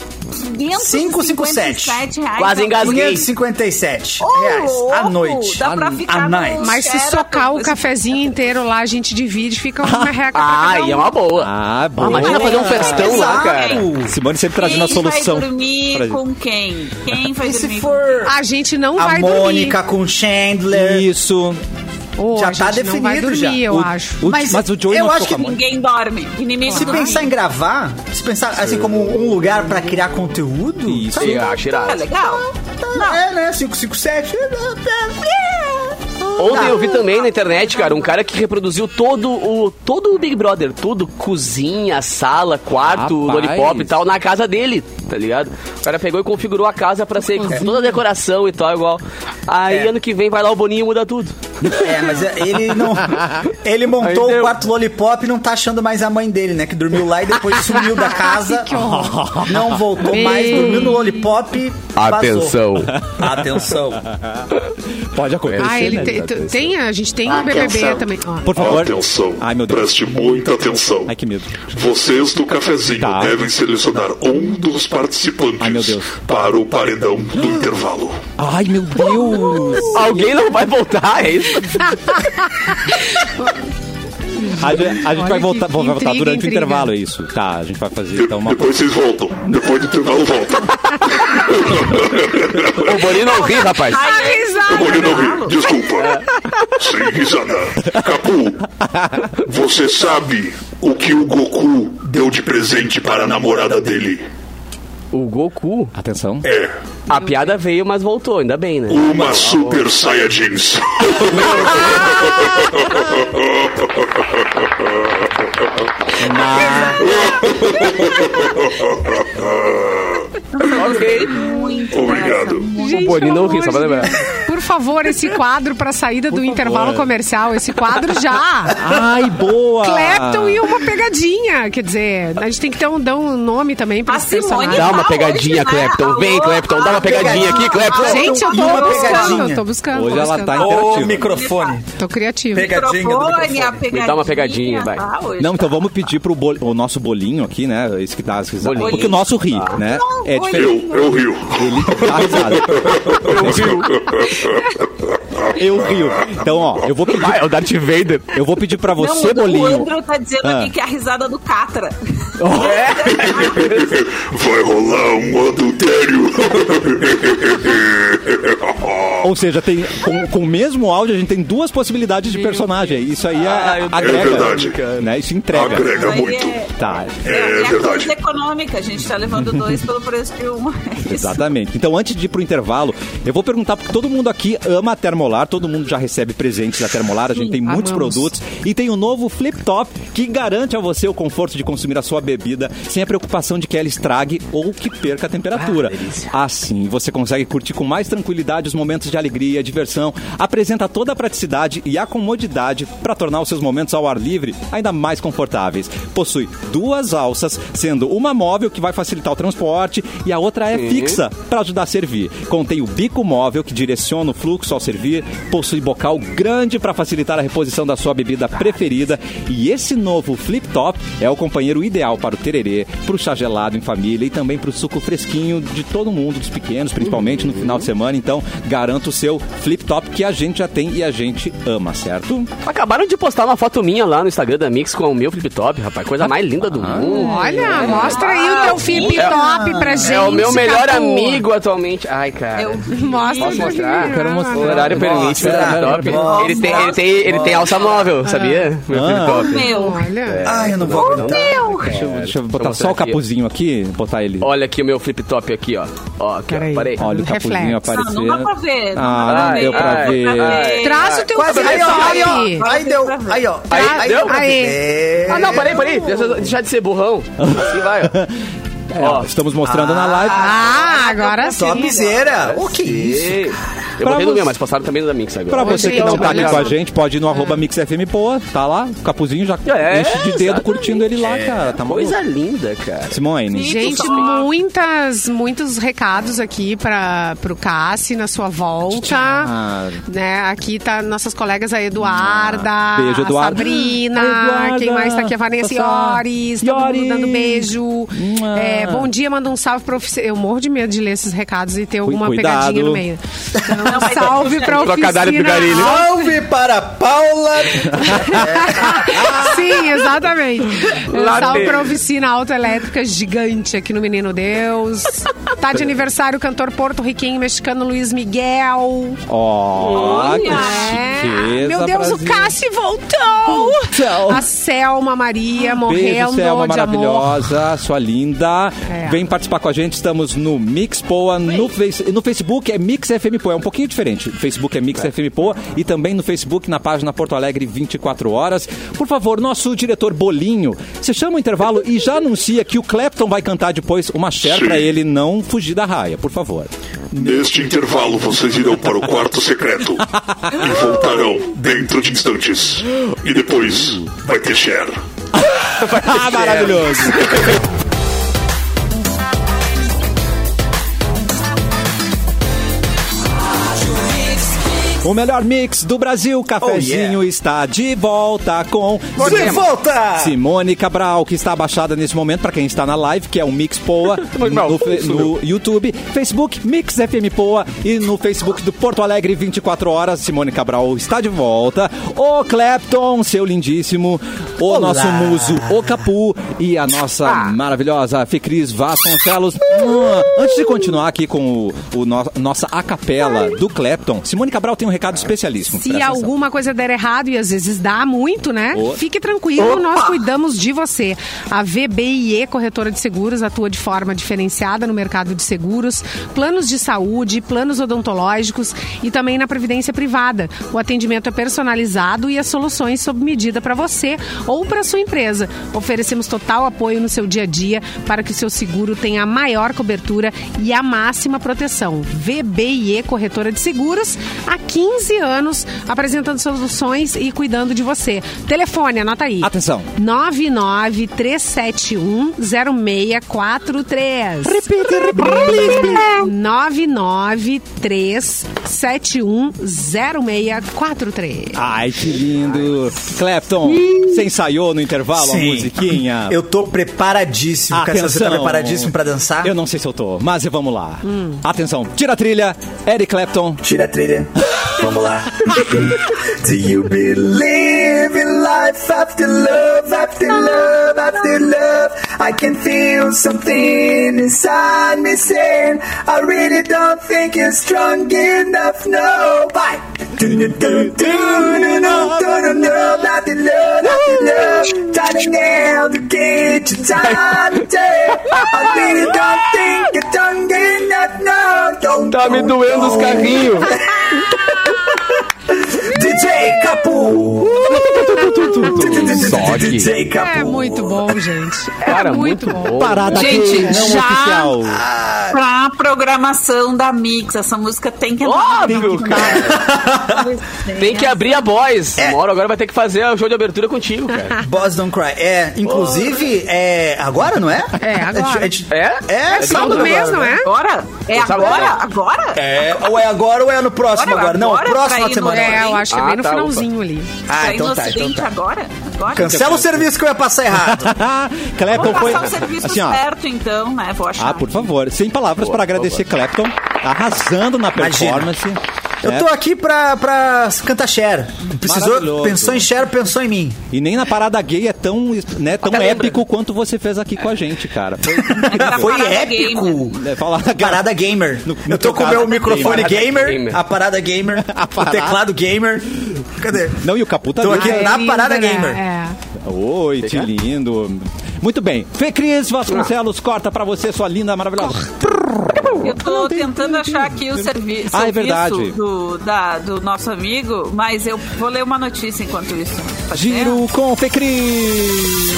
Speaker 4: 557 reais. tá
Speaker 2: Quase engasguei.
Speaker 5: 557
Speaker 4: Ô,
Speaker 5: reais à
Speaker 4: louco,
Speaker 5: noite.
Speaker 4: Dá pra
Speaker 5: À-
Speaker 4: ficar
Speaker 5: à
Speaker 4: no
Speaker 5: night.
Speaker 3: Mas se
Speaker 4: Sheraton,
Speaker 3: socar o
Speaker 4: esse-
Speaker 3: cafezinho inteiro lá, a gente divide, fica uma merreca pra cada
Speaker 2: Ai,
Speaker 3: um.
Speaker 2: é uma boa.
Speaker 1: Ah, boa.
Speaker 2: imagina fazer um festão lá, cara.
Speaker 1: Simone sempre trazendo
Speaker 4: Quem
Speaker 1: a solução.
Speaker 4: vai
Speaker 1: pra
Speaker 4: dormir
Speaker 1: gente.
Speaker 4: com quem? Quem vai
Speaker 5: E
Speaker 4: dormir
Speaker 5: se
Speaker 4: com
Speaker 5: for
Speaker 3: A gente Ah, não
Speaker 5: a
Speaker 3: vai
Speaker 5: Mônica com Chandler.
Speaker 1: Isso.
Speaker 3: dormir. Ô,
Speaker 5: já
Speaker 3: a
Speaker 5: tá
Speaker 3: gente não vai
Speaker 5: definido
Speaker 3: dormir,
Speaker 5: já.
Speaker 3: eu
Speaker 1: O-
Speaker 3: acho.
Speaker 1: o- mas,
Speaker 5: Mas
Speaker 1: o Joey
Speaker 5: eu
Speaker 1: não
Speaker 5: acho
Speaker 1: ficou
Speaker 5: que
Speaker 1: com a Mônica.
Speaker 4: Ninguém dorme. Inimigo
Speaker 5: Se
Speaker 4: do
Speaker 5: pensar em gravar, se pensar assim como um lugar pra criar conteúdo,
Speaker 1: Isso.
Speaker 5: sabe?
Speaker 2: Eu acho
Speaker 4: Ah,
Speaker 2: irado.
Speaker 4: legal.
Speaker 5: Tá, É, né? 557. é.
Speaker 2: Ontem eu vi também na internet, cara, um cara que reproduziu todo o todo o Big Brother, tudo, cozinha, sala, quarto,
Speaker 1: Rapaz.
Speaker 2: lollipop e tal, na casa dele, tá ligado? O cara pegou e configurou a casa pra ser
Speaker 3: É.
Speaker 2: com toda a decoração e tal, igual. Aí
Speaker 5: É.
Speaker 2: ano que vem vai lá o Boninho e muda tudo.
Speaker 5: É, mas ele não. Ele montou
Speaker 2: Aí deu.
Speaker 5: o quarto lollipop e não tá achando mais a mãe dele, né? Que dormiu lá e depois
Speaker 3: *laughs*
Speaker 5: sumiu da casa. não voltou mais, dormiu no lollipop. e passou. Atenção.
Speaker 1: Pode acontecer.
Speaker 3: Ah, ele
Speaker 1: né,
Speaker 3: tem,
Speaker 1: Lisa?
Speaker 3: tem- a gente tem um o BBB
Speaker 8: Atenção.
Speaker 3: também. Ó.
Speaker 1: Por favor.
Speaker 8: Atenção.
Speaker 1: Ai, meu Deus.
Speaker 8: Preste muita atenção.
Speaker 1: Ai, que medo.
Speaker 8: Vocês do cafezinho
Speaker 1: Tá.
Speaker 8: devem selecionar um dos participantes
Speaker 1: Ai, meu Deus.
Speaker 8: para o paredão do intervalo.
Speaker 1: Ai, meu Deus.
Speaker 2: Alguém não vai voltar, é isso?
Speaker 1: A gente, a gente
Speaker 3: Olha
Speaker 1: vai
Speaker 3: que
Speaker 1: voltar, vou- vai voltar
Speaker 3: intriga,
Speaker 1: durante
Speaker 3: intriga.
Speaker 1: o intervalo, é isso. Tá, a gente vai fazer
Speaker 8: De-
Speaker 1: então uma...
Speaker 8: Depois vocês voltam. Depois do intervalo voltam.
Speaker 2: o Boninho não ri, rapaz.
Speaker 4: Ai,
Speaker 8: Eu morri não rir. Desculpa. Sem risada. Capu, você sabe o que o Goku deu de presente para a namorada dele?
Speaker 2: *laughs* O Goku.
Speaker 1: Atenção.
Speaker 8: É
Speaker 2: A piada veio, mas voltou, ainda bem, né?
Speaker 8: uma Super Saia Jeans.
Speaker 2: Ok.
Speaker 8: Obrigado.
Speaker 3: Gente,
Speaker 2: Boninho
Speaker 3: pelo
Speaker 2: não ri,
Speaker 3: amor
Speaker 2: só pra
Speaker 3: de
Speaker 4: é
Speaker 2: lembrar.
Speaker 3: Deus. Por por favor, esse quadro pra saída do intervalo comercial. Esse quadro
Speaker 1: Ah.
Speaker 3: já.
Speaker 1: Ai, boa!
Speaker 3: Clapton e uma pegadinha. Quer dizer, a gente tem que ter um, dar um nome também pra
Speaker 4: A
Speaker 3: esse
Speaker 4: Simone
Speaker 3: personagem.
Speaker 2: Dá
Speaker 4: Ah,
Speaker 2: uma
Speaker 4: hoje,
Speaker 2: pegadinha,
Speaker 4: né?
Speaker 2: Clepton. Vem,
Speaker 4: Alô?
Speaker 2: Clepton, dá uma
Speaker 4: Ah,
Speaker 2: pegadinha aqui, Clepton.
Speaker 3: Gente, eu tô
Speaker 5: Uma
Speaker 3: buscando,
Speaker 5: pegadinha.
Speaker 3: tô buscando.
Speaker 1: Hoje
Speaker 3: tô
Speaker 1: ela tá
Speaker 3: buscando.
Speaker 5: Ô,
Speaker 1: interativa.
Speaker 5: microfone.
Speaker 3: Tô criativa.
Speaker 5: Pegadinha do
Speaker 4: Microfone, a
Speaker 5: microfone.
Speaker 4: pegadinha.
Speaker 2: dá uma pegadinha, vai.
Speaker 4: tá, hoje.
Speaker 1: Não, então vamos pedir pro bol- o nosso bolinho aqui, né? Esse que dá as risadas.
Speaker 2: Bolinho.
Speaker 1: Porque o nosso ri, né? É diferente.
Speaker 8: Eu, eu rio.
Speaker 1: Dá risada. Eu rio. Então, ó, eu vou pedir,
Speaker 2: é o Darth Vader.
Speaker 1: eu vou pedir pra
Speaker 4: Não,
Speaker 1: você,
Speaker 4: o
Speaker 1: bolinho.
Speaker 4: Andro tá dizendo
Speaker 1: Ah.
Speaker 4: aqui que é a risada do
Speaker 2: *laughs*
Speaker 4: Catra.
Speaker 2: É?
Speaker 4: *laughs*
Speaker 8: Vai rolar um adultério.
Speaker 1: Ou seja, tem, com, com o mesmo áudio, a gente tem duas possibilidades de personagem. Isso aí é,
Speaker 4: Ah,
Speaker 1: agrega,
Speaker 8: É verdade.
Speaker 1: Né? Isso entrega.
Speaker 8: Agrega
Speaker 4: Aí
Speaker 8: muito.
Speaker 4: é-
Speaker 1: Tá,
Speaker 4: É,
Speaker 8: É
Speaker 4: é a
Speaker 8: verdade.
Speaker 4: coisa econômica, a gente tá levando dois pelo preço de um.
Speaker 1: Exatamente. Então, antes de ir pro intervalo, eu vou perguntar, porque todo mundo aqui ama a Termolar, todo mundo já recebe presentes da Termolar, a gente tem muitos
Speaker 3: amamos.
Speaker 1: produtos. E tem o novo Flip Top, que garante a você o conforto de consumir a sua bebida sem a preocupação de que ela estrague ou que perca a temperatura. assim, você consegue curtir com mais tranquilidade os momentos de alegria e diversão, apresenta toda a praticidade e a comodidade para tornar os seus momentos ao ar livre ainda mais confortáveis. Possui duas alças, sendo uma móvel que vai facilitar o transporte e a outra é fixa para ajudar a servir. Contém o bico móvel que direciona o fluxo ao servir, possui bocal grande para facilitar a reposição da sua bebida preferida e esse novo flip top é o companheiro ideal para o tererê, para o chá gelado em família e também para o suco fresquinho de todo mundo, dos pequenos, principalmente no final de semana. Então, garanta o seu flip top que a gente já tem e a gente ama, certo?
Speaker 2: Acabaram de postar uma foto minha lá no Instagram da Mix com o meu flip top, rapaz. Coisa mais linda do mundo.
Speaker 3: Olha, mostra aí o teu flip top pra gente.
Speaker 2: É o meu melhor
Speaker 3: Capu.
Speaker 2: amigo atualmente. Ai, cara.
Speaker 4: Eu
Speaker 3: Mostra.
Speaker 2: Posso mostrar?
Speaker 3: Ah,
Speaker 1: Quero mostrar.
Speaker 2: O horário permite
Speaker 5: Mostra,
Speaker 2: meu flip top.
Speaker 5: mostra,
Speaker 2: Ele tem, ele tem, ele tem alça móvel, sabia? Meu flip top.
Speaker 4: meu.
Speaker 3: Olha.
Speaker 5: Ai, eu não vou aguentar.
Speaker 1: Deixa eu, deixa eu botar
Speaker 2: mostrar
Speaker 1: só o
Speaker 2: aqui.
Speaker 1: capuzinho aqui, botar ele.
Speaker 2: Olha aqui o meu flip top aqui, ó. Ó, aqui, ó.
Speaker 3: Peraí.
Speaker 2: Parei.
Speaker 1: Olha o capuzinho
Speaker 3: Reflexo.
Speaker 1: aparecer.
Speaker 4: Ah, Não, não dá pra ver. Não
Speaker 1: Ah,
Speaker 4: dá
Speaker 1: não
Speaker 4: pra
Speaker 1: deu
Speaker 4: ver.
Speaker 1: pra
Speaker 4: Não dá É.
Speaker 1: ver.
Speaker 3: Traz o teu
Speaker 5: Quase
Speaker 3: flip
Speaker 5: aí, ó, aí,
Speaker 3: top.
Speaker 5: ó. Aí deu. Aí, ó. Aí,
Speaker 2: Aí,
Speaker 5: aí, É,
Speaker 2: deu?
Speaker 5: aí.
Speaker 2: Ah, não, parei, parei. Deixa eu deixar de ser burrão. Assim vai, ó.
Speaker 1: É, ó, estamos mostrando na live.
Speaker 3: Ah, agora sim.
Speaker 1: né?
Speaker 5: Topzera. O que é isso?
Speaker 2: Ei, Eu
Speaker 1: Pra
Speaker 2: botei no
Speaker 1: você-
Speaker 2: meu, mas postaram também no da Mix agora.
Speaker 1: Pra você que não
Speaker 3: gente,
Speaker 1: tá aqui
Speaker 3: olha
Speaker 1: com a
Speaker 3: só.
Speaker 1: gente, pode
Speaker 3: É.
Speaker 1: ir no arroba MixFMPoa, tá lá, o capuzinho já
Speaker 2: É,
Speaker 1: enche de dedo
Speaker 2: exatamente.
Speaker 1: curtindo ele lá, cara. Tá maluco.
Speaker 2: Coisa linda, cara.
Speaker 1: Simone.
Speaker 3: Gente, muitas, muitos recados aqui para o Cassi na sua volta. Né? Aqui tá nossas colegas a Eduarda,
Speaker 1: Ah, beijo, Eduarda.
Speaker 3: a Sabrina,
Speaker 1: Eduarda,
Speaker 3: quem mais tá aqui? A Vanessa
Speaker 1: Sassá.
Speaker 3: Iores, todo mundo
Speaker 1: Iores.
Speaker 3: dando beijo.
Speaker 1: Mua.
Speaker 3: É, bom dia, manda um salve para oficial. Eu morro de medo de ler esses recados e ter alguma
Speaker 1: cuidado.
Speaker 3: pegadinha no
Speaker 1: *laughs*
Speaker 3: meio. Então,
Speaker 1: é
Speaker 3: salve para oficina.
Speaker 2: Trocadalho e pigarelho.
Speaker 5: Salve para
Speaker 1: *laughs*
Speaker 5: Paula.
Speaker 1: Ah!
Speaker 3: Sim, exatamente. Um
Speaker 2: Lá
Speaker 3: salve
Speaker 2: dentro.
Speaker 3: pra oficina autoelétrica gigante aqui no Menino Deus. Tá de aniversário o cantor porto-riquenho mexicano Luiz Miguel.
Speaker 1: Ó, que
Speaker 3: É.
Speaker 1: Ah, chiqueza,
Speaker 3: Meu Deus, o
Speaker 1: Brasil.
Speaker 3: Cassi voltou!
Speaker 1: Então.
Speaker 3: A Selma Maria
Speaker 1: Beijo,
Speaker 3: morrendo
Speaker 1: Selma,
Speaker 3: de amor.
Speaker 1: maravilhosa, sua linda.
Speaker 3: É.
Speaker 1: Vem participar com a gente, estamos no Mix Poa, no, face, no Facebook é Mix FM Poa, é um pouquinho diferente. O Facebook é Mix FM Poa e também no Facebook, na página Porto Alegre 24 horas. Por favor, nosso diretor Bolinho, você chama o intervalo e já anuncia que o Clapton vai cantar depois uma Cher
Speaker 8: Sim.
Speaker 1: pra ele não fugir da raia, por favor.
Speaker 8: Neste intervalo, vocês irão para o quarto secreto e voltarão dentro de instantes. E depois vai ter share.
Speaker 1: Ah, maravilhoso. O melhor mix do Brasil, cafezinho
Speaker 5: Oh, yeah.
Speaker 1: está de volta com
Speaker 5: De
Speaker 1: Sim-
Speaker 5: volta.
Speaker 1: Simone Cabral, que está abaixada nesse momento, para quem está na live, que é o Mix Poa, no, fe- no YouTube, Facebook, Mix FM Poa e no Facebook do Porto Alegre, 24 horas. Simone Cabral está de volta. O Clapton, seu lindíssimo. O nosso muso, o Capu. E a nossa maravilhosa Ficris Vasconcelos. Ah, Antes de continuar aqui com o, o no- nossa acapela do Clapton, Simone Cabral tem um recado especialíssimo.
Speaker 3: Se
Speaker 1: Presta atenção.
Speaker 3: alguma coisa der errado, e às vezes dá muito, né?
Speaker 1: Ô.
Speaker 3: Fique tranquilo, nós cuidamos de você. A VBIE Corretora de Seguros atua de forma diferenciada no mercado de seguros, planos de saúde, planos odontológicos e também na previdência privada. O atendimento é personalizado e as soluções sob medida para você ou para sua empresa. Oferecemos total apoio no seu dia a dia para que o seu seguro tenha a maior melhor cobertura e a máxima proteção. VBIE Corretora de Seguros, há 15 anos apresentando soluções e cuidando de você. Telefone, anota aí.
Speaker 1: Atenção.
Speaker 3: 993710643. Repita, repita. 993710643.
Speaker 1: Ai, que lindo. Clapton, você ensaiou no intervalo a musiquinha? Ah,
Speaker 5: Eu tô preparadíssimo. Cassiano, Você tá
Speaker 1: Atenção.
Speaker 5: preparadíssimo pra dançar? Hum.
Speaker 1: Eu não sei se eu tô, mas vamos lá. Atenção, tira a trilha, Eric Clapton.
Speaker 5: Tira
Speaker 9: *laughs*
Speaker 5: a trilha. Vamos lá. *laughs* Do you believe in life after love, after love, after love? I can feel something inside me saying, I really don't think you're strong enough. No, bye. Do do do do do no, do do no, not the love, not the love. Trying now to get you time to I really don't think you're strong enough. No, don't.
Speaker 9: Tá me
Speaker 5: don't,
Speaker 9: doendo os
Speaker 5: don't.
Speaker 9: carrinhos.
Speaker 5: DJ Capu!
Speaker 9: Só que-
Speaker 5: DJ
Speaker 3: É
Speaker 5: Capu!
Speaker 3: muito bom, gente. É
Speaker 9: Cara,
Speaker 3: muito, bom.
Speaker 1: Parada
Speaker 4: Gente,
Speaker 1: que não
Speaker 4: já-
Speaker 1: oficial. *laughs*
Speaker 4: Pra programação da Mix, essa música tem que entrar.
Speaker 9: Óbvio, cara. Tem que abrir a voz. Moro agora vai ter que fazer o show de abertura contigo, cara.
Speaker 5: Boss Don't Cry. É, inclusive, é agora, não é?
Speaker 3: É, agora.
Speaker 5: de-
Speaker 9: É?
Speaker 5: É, é
Speaker 3: Sábado mesmo, não é?
Speaker 4: Agora? É
Speaker 9: Sábado,
Speaker 4: agora?
Speaker 9: né?
Speaker 4: Agora?
Speaker 5: É, ou é agora ou é no próximo
Speaker 4: Agora,
Speaker 5: agora? Não,
Speaker 4: agora pra
Speaker 5: próxima
Speaker 4: ir no-
Speaker 5: semana.
Speaker 3: É, eu acho que é bem
Speaker 9: Ah,
Speaker 3: no
Speaker 9: tá,
Speaker 3: finalzinho ali.
Speaker 5: Ah,
Speaker 4: Tá indo
Speaker 5: então
Speaker 4: no
Speaker 5: tá, então
Speaker 4: Ocidente
Speaker 5: tá.
Speaker 4: agora? Agora?
Speaker 5: Cancela o serviço que eu ia passar errado.
Speaker 1: Clapton
Speaker 4: Vou
Speaker 1: é, foi.
Speaker 4: passar o serviço
Speaker 1: Assim, ó.
Speaker 4: certo, então, né? Vou achar.
Speaker 1: Ah, por favor. Sem palavras para agradecer Clapton, arrasando na
Speaker 5: Imagina.
Speaker 1: performance.
Speaker 5: Eu
Speaker 1: né?
Speaker 5: tô aqui pra, pra cantar Cher. Precisou,
Speaker 1: Maravilhoso.
Speaker 5: pensou em Cher, pensou em mim.
Speaker 1: E nem na parada gay é tão, né, tão
Speaker 2: Até lembra.
Speaker 1: épico quanto você fez aqui com a gente, cara. Foi
Speaker 4: Tá
Speaker 5: Foi
Speaker 4: parada
Speaker 5: épico.
Speaker 4: gamer.
Speaker 1: é, falar
Speaker 5: Parada gamer.
Speaker 1: No- no
Speaker 5: eu tô
Speaker 1: teu
Speaker 5: com o
Speaker 1: caso,
Speaker 5: meu microfone
Speaker 9: parada
Speaker 5: gamer,
Speaker 9: gamer.
Speaker 5: a parada gamer,
Speaker 1: A parada.
Speaker 5: o teclado gamer. Cadê?
Speaker 1: *laughs* Não, e o Capu tá
Speaker 5: Tô
Speaker 1: bem.
Speaker 5: aqui
Speaker 3: É
Speaker 5: na
Speaker 3: linda,
Speaker 5: Parada
Speaker 3: né?
Speaker 5: Gamer.
Speaker 3: É.
Speaker 1: Oi, que lindo. Muito bem. Fê Cris Vasconcelos, corta pra você, sua linda, maravilhosa.
Speaker 4: Eu tô tentando achar aqui o serviço
Speaker 1: Ah, é verdade.
Speaker 4: do, da- do nosso amigo, mas eu vou ler uma notícia enquanto isso. Pode ser?
Speaker 1: Giro com Fê Cris.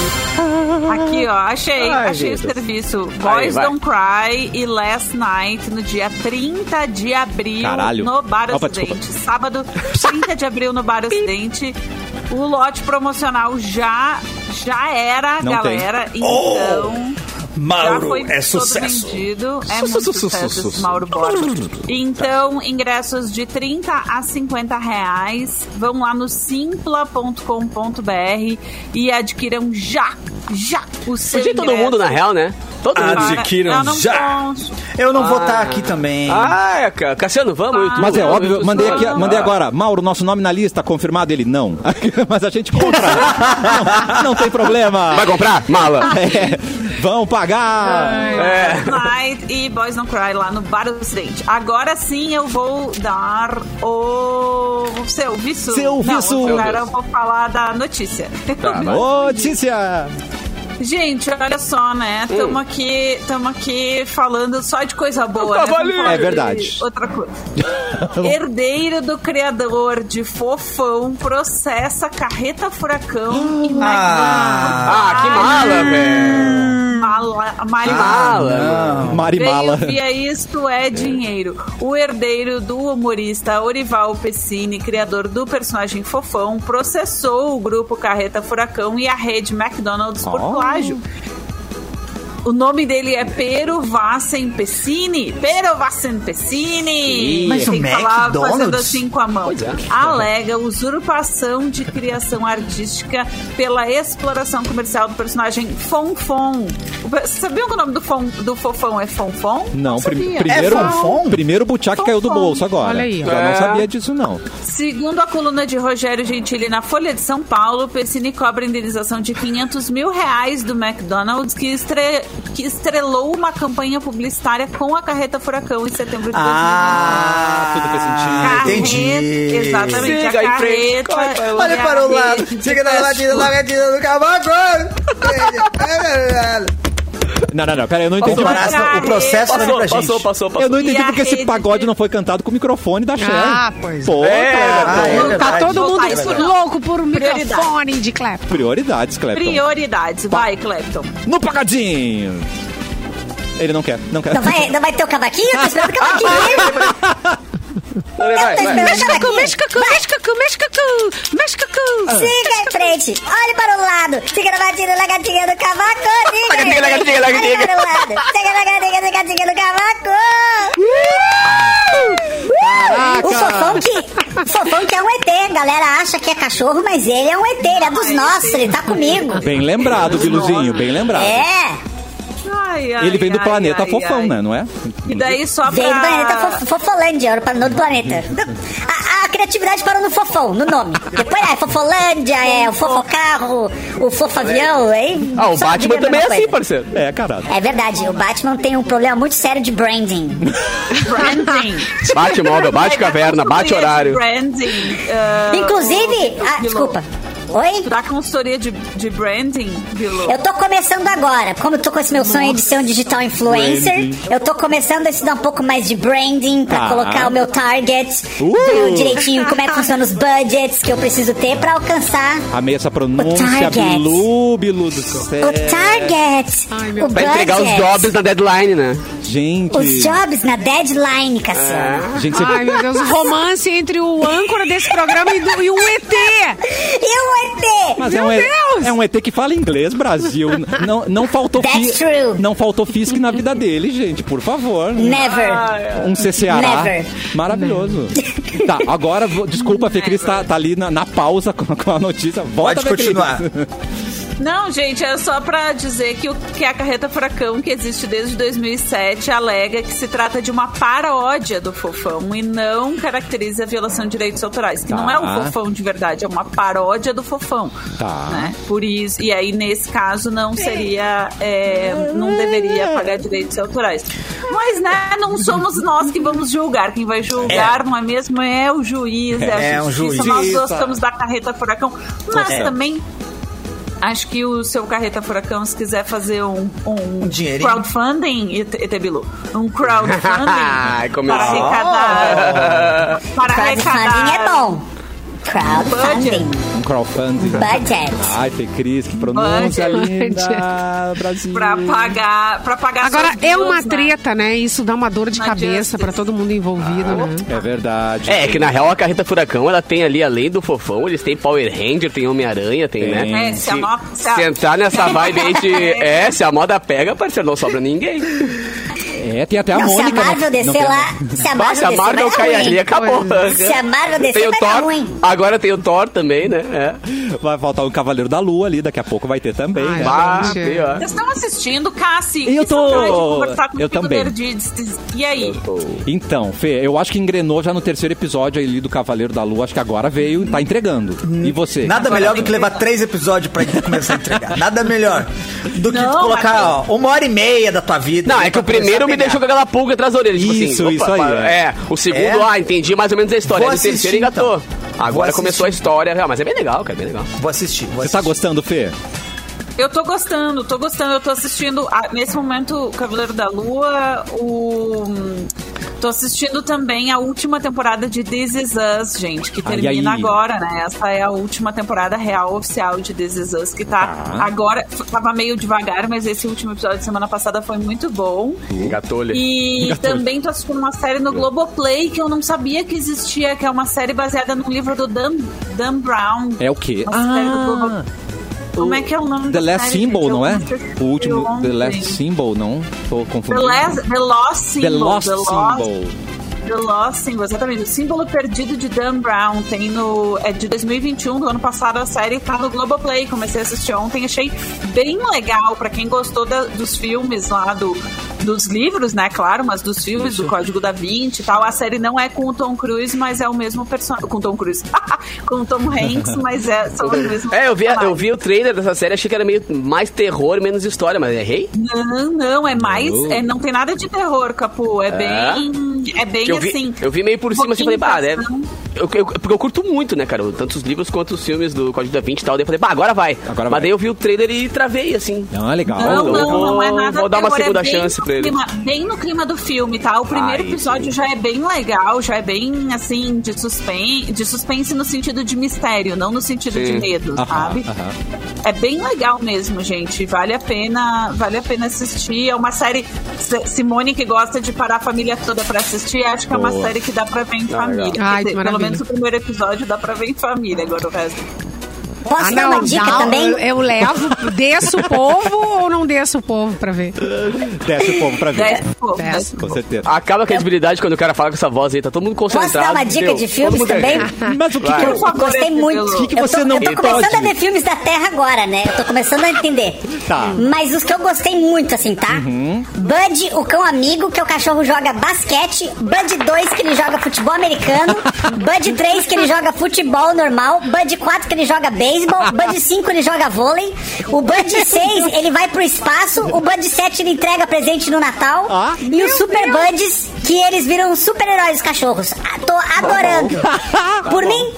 Speaker 4: Aqui, ó, achei, achei o serviço. Boys
Speaker 9: vai.
Speaker 4: Don't Cry e Last Night no dia 30 de abril
Speaker 1: Caralho.
Speaker 4: no Bar
Speaker 1: Opa,
Speaker 4: Ocidente. Sábado, 30 de abril no Bar Ocidente. O lote promocional já, já era,
Speaker 1: Não Oh!
Speaker 4: galera. Então. já
Speaker 5: é
Speaker 4: foi todo vendido. É muito
Speaker 9: Sucesso,
Speaker 4: sucesso,
Speaker 9: sucesso.
Speaker 4: Mauro Borba. Então, ingressos de 30 a 50 reais. Vão lá no simpla.com.br e adquiram já, já o seu
Speaker 2: Podia todo
Speaker 4: ingresso
Speaker 2: mundo, na real, né? Todo
Speaker 5: Ah,
Speaker 2: mundo.
Speaker 5: de- adquiram
Speaker 4: Não, não
Speaker 5: já.
Speaker 4: consta.
Speaker 5: Eu não vou estar aqui também.
Speaker 9: Ah, é, ca- Cassiano, vamos.
Speaker 4: Ah.
Speaker 9: tu-
Speaker 1: Mas é
Speaker 9: vamos,
Speaker 1: óbvio,
Speaker 9: tu-
Speaker 1: mandei aqui,
Speaker 9: Ah.
Speaker 1: mandei agora. Mauro, nosso nome na lista, confirmado ele não. *laughs* Mas a gente compra. não, não tem problema.
Speaker 9: Vai comprar? Mala.
Speaker 1: É, vão pagar.
Speaker 9: É.
Speaker 4: Night e Boys Don't Cry lá no Bar Ocidente. Agora sim eu vou dar o seu visto.
Speaker 1: Seu
Speaker 4: Não,
Speaker 1: visto.
Speaker 4: Agora eu vou falar da notícia.
Speaker 9: Ah,
Speaker 1: Notícia.
Speaker 4: Gente, olha só, né? Estamos aqui, tamo aqui falando só de coisa boa. né?
Speaker 9: tava
Speaker 4: Vamos
Speaker 9: ali.
Speaker 4: falar
Speaker 1: É
Speaker 4: de
Speaker 1: verdade.
Speaker 4: Outra coisa. *laughs* Herdeiro do criador de Fofão processa Carreta Furacão e
Speaker 5: Ah.
Speaker 9: Ah, que mala, velho.
Speaker 4: Mala,
Speaker 5: Ah,
Speaker 4: Mari
Speaker 5: é.
Speaker 9: Mala.
Speaker 1: Marimala.
Speaker 4: Veio via Isto é Dinheiro. O herdeiro do humorista Orival Pessini, criador do personagem Fofão, processou o grupo Carreta Furacão e a rede McDonald's por
Speaker 1: Oh.
Speaker 4: plágio. O nome dele é Pero Vassen Pessini. Pero Vassen Pessini.
Speaker 5: Mas o
Speaker 4: Tem que falar
Speaker 5: McDonald's?
Speaker 4: fazendo assim com a mão. Alega usurpação de criação artística pela exploração comercial do personagem Fonfon. Vocês sabiam que o nome do, fon, do Fofão é Fonfon?
Speaker 1: Não, prim-
Speaker 4: sabia.
Speaker 1: primeiro,
Speaker 5: É fonfon?
Speaker 1: primeiro butiá que caiu do
Speaker 4: Fonfon.
Speaker 1: bolso agora.
Speaker 3: Olha aí, ó.
Speaker 1: Já não sabia disso, não.
Speaker 4: Segundo a coluna de Rogério Gentili na Folha de São Paulo, Pessini cobra indenização de 500 mil reais do McDonald's, que, estre- que estrelou uma campanha publicitária com a Carreta Furacão em setembro de 2019.
Speaker 5: Ah,
Speaker 9: tudo fez
Speaker 5: ah
Speaker 4: Carreta-
Speaker 5: entendi.
Speaker 4: Exatamente,
Speaker 9: Siga
Speaker 4: a
Speaker 9: em frente,
Speaker 4: carreta.
Speaker 5: Olha
Speaker 4: é a
Speaker 5: para o lado,
Speaker 4: rede de
Speaker 5: chega na ladinha,
Speaker 4: fast
Speaker 5: lagadinha do cavaco.
Speaker 1: Não, não, não. Pera aí, eu não
Speaker 5: O
Speaker 1: entendi.
Speaker 4: Posso
Speaker 5: processo- O processo não
Speaker 9: Passou, passou,
Speaker 5: é pra gente.
Speaker 9: passou,
Speaker 1: Eu
Speaker 9: passou.
Speaker 1: não
Speaker 4: E
Speaker 1: entendi
Speaker 4: a
Speaker 1: porque esse
Speaker 4: rede
Speaker 1: pagode
Speaker 4: de-
Speaker 1: não foi cantado com o microfone da Cher.
Speaker 3: Ah, pois é.
Speaker 1: Pô,
Speaker 9: É,
Speaker 1: Clepton.
Speaker 5: Ah, é
Speaker 3: Tá
Speaker 5: verdade.
Speaker 3: todo mundo
Speaker 4: Verdade.
Speaker 3: escu- louco por um
Speaker 4: Prioridade.
Speaker 3: microfone de Clap.
Speaker 1: Então, Prioridades, é Clepton.
Speaker 4: Prioridades. Vai, Clepton.
Speaker 1: No pagadinho. Ele não quer, não quer.
Speaker 7: Não vai, não vai ter o cavaquinho? Tô esperando o
Speaker 1: *laughs*
Speaker 7: cavaquinho.
Speaker 9: Vai, vai,
Speaker 7: Eu tô
Speaker 9: vai.
Speaker 7: esperando o
Speaker 3: Mexe,
Speaker 7: cavaquinho.
Speaker 3: mexe, cacu, mexe, cacu, mexe, cacu, mexe,
Speaker 7: Ah.
Speaker 3: cacu.
Speaker 7: Siga em frente, olhe para o lado, siga na batida da gatinha do cavaco, siga em
Speaker 9: Lagartiga, lagartiga,
Speaker 7: frente, olhe
Speaker 9: lagartiga.
Speaker 7: para o lado, siga na gatinha da gatinha do cavaco.
Speaker 1: Caraca!
Speaker 7: O fofão que, fofão que é um ET, a galera acha que é cachorro, mas ele é um ET, ele é dos nossos, ele tá comigo.
Speaker 1: Bem lembrado, Biluzinho, bem lembrado.
Speaker 7: É,
Speaker 4: Ai, ai,
Speaker 1: Ele vem do
Speaker 4: ai,
Speaker 1: planeta
Speaker 4: ai,
Speaker 1: Fofão,
Speaker 4: ai.
Speaker 1: né? Não é?
Speaker 4: E daí só
Speaker 7: veio do planeta
Speaker 4: pra...
Speaker 7: fof- Fofolândia, era é o planeta do planeta. A, a criatividade parou no fofão, no nome. Depois é Fofolândia, é o fofocarro, o fofavião, aí...
Speaker 9: Ah, o
Speaker 7: só
Speaker 9: Batman
Speaker 7: vira a
Speaker 9: também é
Speaker 7: mesma
Speaker 9: assim,
Speaker 7: coisa.
Speaker 9: parceiro.
Speaker 1: É, caralho.
Speaker 7: É verdade, o Batman tem um problema muito sério de branding.
Speaker 4: *laughs* Branding.
Speaker 9: Bate móvel, bate
Speaker 4: Pega
Speaker 9: caverna,
Speaker 4: a
Speaker 9: bate
Speaker 4: consultoria
Speaker 9: horário.
Speaker 4: de Branding. ah,
Speaker 7: Inclusive,
Speaker 4: o-
Speaker 7: ah,
Speaker 4: Bilu,
Speaker 7: desculpa. Oi?
Speaker 4: Tu dá consultoria de, de branding, Bilu?
Speaker 7: Eu tô começando agora. Como eu tô com esse meu sonho de ser um digital influencer, eu tô começando a estudar um pouco mais de branding pra
Speaker 9: Ah.
Speaker 1: Tá.
Speaker 7: colocar o meu target,
Speaker 1: Uh!
Speaker 7: ver direitinho como é que funciona os budgets que eu preciso ter pra alcançar
Speaker 1: Amei essa
Speaker 7: O
Speaker 1: pronúncia,
Speaker 7: Target.
Speaker 1: Bilu, Bilu do céu.
Speaker 7: o target,
Speaker 3: Ai, meu
Speaker 7: o
Speaker 9: Pra entregar os
Speaker 7: budget,
Speaker 9: jobs na deadline, né?
Speaker 1: Gente,
Speaker 7: os jobs na deadline, Cassiano.
Speaker 1: gente, você...
Speaker 3: Ai, meu Deus, o romance entre o âncora desse programa e, do- e um ET.
Speaker 7: E o ET?
Speaker 1: Mas é
Speaker 3: Meu
Speaker 1: um, E-
Speaker 3: Deus!
Speaker 1: é um ET que fala inglês, Brasil. Não, não faltou
Speaker 7: That's true. Né,
Speaker 1: Não faltou Fisk na vida dele, gente, por favor.
Speaker 7: Never.
Speaker 1: Um CCA.
Speaker 7: Never.
Speaker 1: Maravilhoso. Tá, agora, vou- desculpa, a Fê Cris tá, tá ali na, na pausa com, com a notícia. Volta Fê
Speaker 5: Pode
Speaker 1: Cris.
Speaker 5: continuar.
Speaker 4: Não, gente, é só pra dizer que, o, que a carreta Furacão, que existe desde 2007, alega que se trata de uma paródia do Fofão e não caracteriza a violação de direitos autorais. Que não é
Speaker 1: Tá.
Speaker 4: o Fofão de verdade, é uma paródia do Fofão.
Speaker 1: Tá.
Speaker 4: né? Por isso, e aí, nesse caso, não seria. é, não deveria pagar direitos autorais. Mas, né, não somos nós que vamos julgar. Quem vai julgar, não é mesmo? É o juiz, é, a
Speaker 5: É um
Speaker 4: justiça.
Speaker 5: juiz.
Speaker 4: Nós gostamos da carreta Furacão, mas
Speaker 5: É.
Speaker 4: também Acho que o seu Carreta Furacão, se quiser fazer um, um,
Speaker 5: Um dinheirinho.
Speaker 4: crowdfunding, E- Etebilu, um crowdfunding
Speaker 1: *laughs*
Speaker 9: Ai,
Speaker 4: para
Speaker 9: começou.
Speaker 4: arrecadar. Para
Speaker 7: Crowdfunding é
Speaker 4: arrecadar.
Speaker 7: bom. Crowdfunding.
Speaker 1: Um crowdfunding.
Speaker 7: Budget.
Speaker 1: Ai, Fê Cris, que pronúncia
Speaker 4: Budget.
Speaker 1: linda. Brasil.
Speaker 4: Para pagar, pra pagar
Speaker 3: Agora,
Speaker 4: suas
Speaker 3: é
Speaker 4: duas,
Speaker 3: uma
Speaker 4: né?
Speaker 3: treta, né? Isso dá uma dor de
Speaker 4: Uma
Speaker 3: cabeça
Speaker 4: justice.
Speaker 3: pra todo mundo envolvido, né?
Speaker 1: É verdade.
Speaker 9: É, que na real a carreta Furacão, ela tem ali, além do Fofão, eles têm Power Ranger, tem Homem-Aranha, tem,
Speaker 1: Tem.
Speaker 9: né?
Speaker 4: É, se a moda- se a-
Speaker 9: Sentar nessa vibe aí de... É, se a moda pega, parceiro, não sobra ninguém.
Speaker 1: É, tem até a
Speaker 7: Não, se a
Speaker 1: Mônica.
Speaker 7: Marvel
Speaker 1: não- não
Speaker 7: descer
Speaker 1: tem-
Speaker 7: lá, se
Speaker 9: Nossa,
Speaker 7: a Marvel
Speaker 9: a Marvel
Speaker 7: descer,
Speaker 9: cai
Speaker 7: vai
Speaker 9: ali,
Speaker 7: dar
Speaker 9: acabou.
Speaker 7: é ruim. Se a
Speaker 9: *laughs*
Speaker 7: Marvel
Speaker 9: Tem
Speaker 7: descer,
Speaker 9: o
Speaker 7: vai dar
Speaker 9: Thor,
Speaker 7: ruim.
Speaker 9: agora tem o Thor também, né? É.
Speaker 1: Vai faltar o Cavaleiro da Lua ali, daqui a pouco vai ter também.
Speaker 3: Ai,
Speaker 5: É,
Speaker 1: né?
Speaker 9: Bah, é.
Speaker 3: Gente.
Speaker 9: pior.
Speaker 4: Vocês estão assistindo, Cassi?
Speaker 1: Eu
Speaker 4: Que
Speaker 1: tô-
Speaker 4: saudade de conversar com
Speaker 1: eu
Speaker 4: o Pico
Speaker 1: também.
Speaker 4: Nerdides. E aí?
Speaker 1: Então, Fê, eu acho que engrenou já no terceiro episódio ali do Cavaleiro da Lua. Acho que agora veio, tá entregando. E você?
Speaker 5: Nada melhor do que levar três episódios pra começar a entregar. Nada melhor do que
Speaker 4: Não,
Speaker 5: tu
Speaker 4: mas-
Speaker 5: colocar, ó, uma hora e meia da tua vida.
Speaker 9: Não,
Speaker 5: ali
Speaker 9: é que
Speaker 5: pra
Speaker 9: o primeiro
Speaker 5: começar a
Speaker 9: me
Speaker 5: pegar.
Speaker 9: deixou com aquela pulga atrás da orelha. Tipo
Speaker 1: Isso,
Speaker 9: assim,
Speaker 1: isso aí,
Speaker 9: pá,
Speaker 1: é.
Speaker 9: É, o segundo,
Speaker 5: É.
Speaker 9: ah, entendi mais ou menos a história.
Speaker 5: Vou
Speaker 9: Aí o terceiro
Speaker 5: assistir,
Speaker 9: engatou.
Speaker 5: então. Vou
Speaker 9: Agora
Speaker 5: assistir.
Speaker 9: começou a história real, mas é bem legal, cara, é bem legal.
Speaker 5: Vou assistir. Vou
Speaker 1: Você tá
Speaker 5: assistir.
Speaker 1: gostando, Fê?
Speaker 4: Eu tô gostando, tô gostando. Eu tô assistindo, ah, nesse momento, o Cavaleiro da Lua, o... hum, Tô assistindo também a última temporada de This Is Us, gente, que
Speaker 1: Ai,
Speaker 4: termina
Speaker 1: ai.
Speaker 4: agora, né? Essa é a última temporada real oficial de This Is Us, que tá agora... Tava meio devagar, mas esse último episódio de semana passada foi muito bom.
Speaker 9: Engatou ele.
Speaker 1: *laughs*
Speaker 4: E também tô assistindo uma série no Globoplay que eu não sabia que existia, que é uma série baseada num livro do Dan, Dan Brown.
Speaker 1: É o quê? Ah.
Speaker 4: Uma série do Globo- Como é que é o nome
Speaker 1: The
Speaker 4: da
Speaker 1: Last
Speaker 4: série,
Speaker 1: Symbol,
Speaker 4: gente? Eu
Speaker 1: não é?
Speaker 4: assisti
Speaker 1: O último.
Speaker 4: ontem.
Speaker 1: The Last Symbol, não? Tô
Speaker 4: The,
Speaker 1: confundindo.
Speaker 4: last, the Lost Symbol.
Speaker 1: The Lost Symbol.
Speaker 4: The Lost Symbol, exatamente. O símbolo perdido de Dan Brown tem no. É de 2021, do ano passado, a série tá no Globoplay. Comecei a assistir ontem, achei bem legal pra quem gostou da- dos filmes lá do. Dos livros, né? Claro, mas dos filmes, do Código da Vinci e tal. A série não é com o Tom Cruise, mas é o mesmo personagem. Com o Tom Cruise. *laughs* com o Tom Hanks, mas é, são os mesmos
Speaker 9: É, eu vi, eu
Speaker 4: personagens.
Speaker 9: vi o trailer dessa série, achei que era meio mais terror, menos história, mas errei.
Speaker 4: Não, não, é mais. É, não tem nada de terror, Capu. É, bem. É bem
Speaker 9: Que eu vi,
Speaker 4: assim.
Speaker 9: eu vi meio por cima, assim, falei,
Speaker 4: pouquinho
Speaker 9: bah, deve,
Speaker 4: ação.
Speaker 2: eu, eu- porque eu curto muito, né, cara? Tanto os livros quanto os filmes do Código da Vinci e tal. Daí eu falei, bah, agora vai.
Speaker 1: Agora
Speaker 2: Mas
Speaker 1: vai.
Speaker 2: daí eu vi o trailer e travei, assim.
Speaker 1: Ah, legal.
Speaker 4: Não,
Speaker 2: Eu
Speaker 4: não, não é
Speaker 2: vou-
Speaker 4: nada
Speaker 2: vou dar uma
Speaker 4: terror, é
Speaker 2: segunda
Speaker 4: bem
Speaker 2: chance
Speaker 4: no
Speaker 2: pra ele.
Speaker 4: clima- bem no clima do filme, tá? O primeiro
Speaker 2: Ai,
Speaker 4: episódio já é bem legal, já é bem, assim, de suspense, de suspense no sentido de mistério, não no sentido de medo,
Speaker 1: Aham,
Speaker 4: sabe?
Speaker 1: aham.
Speaker 4: É bem legal mesmo, gente. Vale a pena, vale a pena assistir. É uma série S- Simone que gosta de parar a família toda pra assistir. Acho que é uma
Speaker 1: Boa.
Speaker 4: série que dá pra
Speaker 2: Ah,
Speaker 4: ver em família.
Speaker 3: Ai,
Speaker 4: Quer
Speaker 3: que
Speaker 4: dizer, Pelo
Speaker 3: maravilha.
Speaker 4: menos o primeiro episódio dá pra ver em família. Agora o resto.
Speaker 7: Posso
Speaker 3: Ah,
Speaker 7: dar
Speaker 3: não,
Speaker 7: uma dica
Speaker 3: dá-
Speaker 7: também?
Speaker 3: eu, eu levo, desço o povo ou não desço o povo pra ver?
Speaker 1: Desce o povo pra ver.
Speaker 4: Desce, pô,
Speaker 3: Desce.
Speaker 4: desce.
Speaker 1: Com certeza.
Speaker 2: Acaba a credibilidade quando o cara fala com essa voz aí. Tá todo mundo concentrado.
Speaker 7: Posso dar uma dica
Speaker 2: entendeu?
Speaker 7: de
Speaker 2: Todo
Speaker 7: filmes
Speaker 2: mundo *laughs*
Speaker 7: também?
Speaker 2: ali.
Speaker 1: Mas o que, que
Speaker 7: Eu
Speaker 1: eu
Speaker 4: Por favor,
Speaker 7: gostei
Speaker 4: esse
Speaker 7: muito.
Speaker 4: pelo-
Speaker 1: O que que
Speaker 7: Eu
Speaker 1: você
Speaker 7: tô-
Speaker 1: não
Speaker 7: Eu tô começando
Speaker 1: pode?
Speaker 7: a ver filmes da Terra agora, né? Eu tô começando a entender.
Speaker 1: Tá. Uhum.
Speaker 7: Mas os que eu gostei muito, assim, tá? Bud, o cão amigo, que é o cachorro joga basquete. Bud 2, que ele joga
Speaker 1: *laughs*
Speaker 7: futebol americano. Bud 3, que ele joga futebol normal. Bud 4, que ele joga beisebol. Bud 5, ele joga vôlei. O Bud 6, ele vai pro espaço. O Bud 7, ele entrega presente no Natal.
Speaker 1: Ah,
Speaker 7: e os Super Buds, que eles viram super-heróis os cachorros. Ah, Tô
Speaker 1: Tá *laughs*
Speaker 7: adorando. Por mim...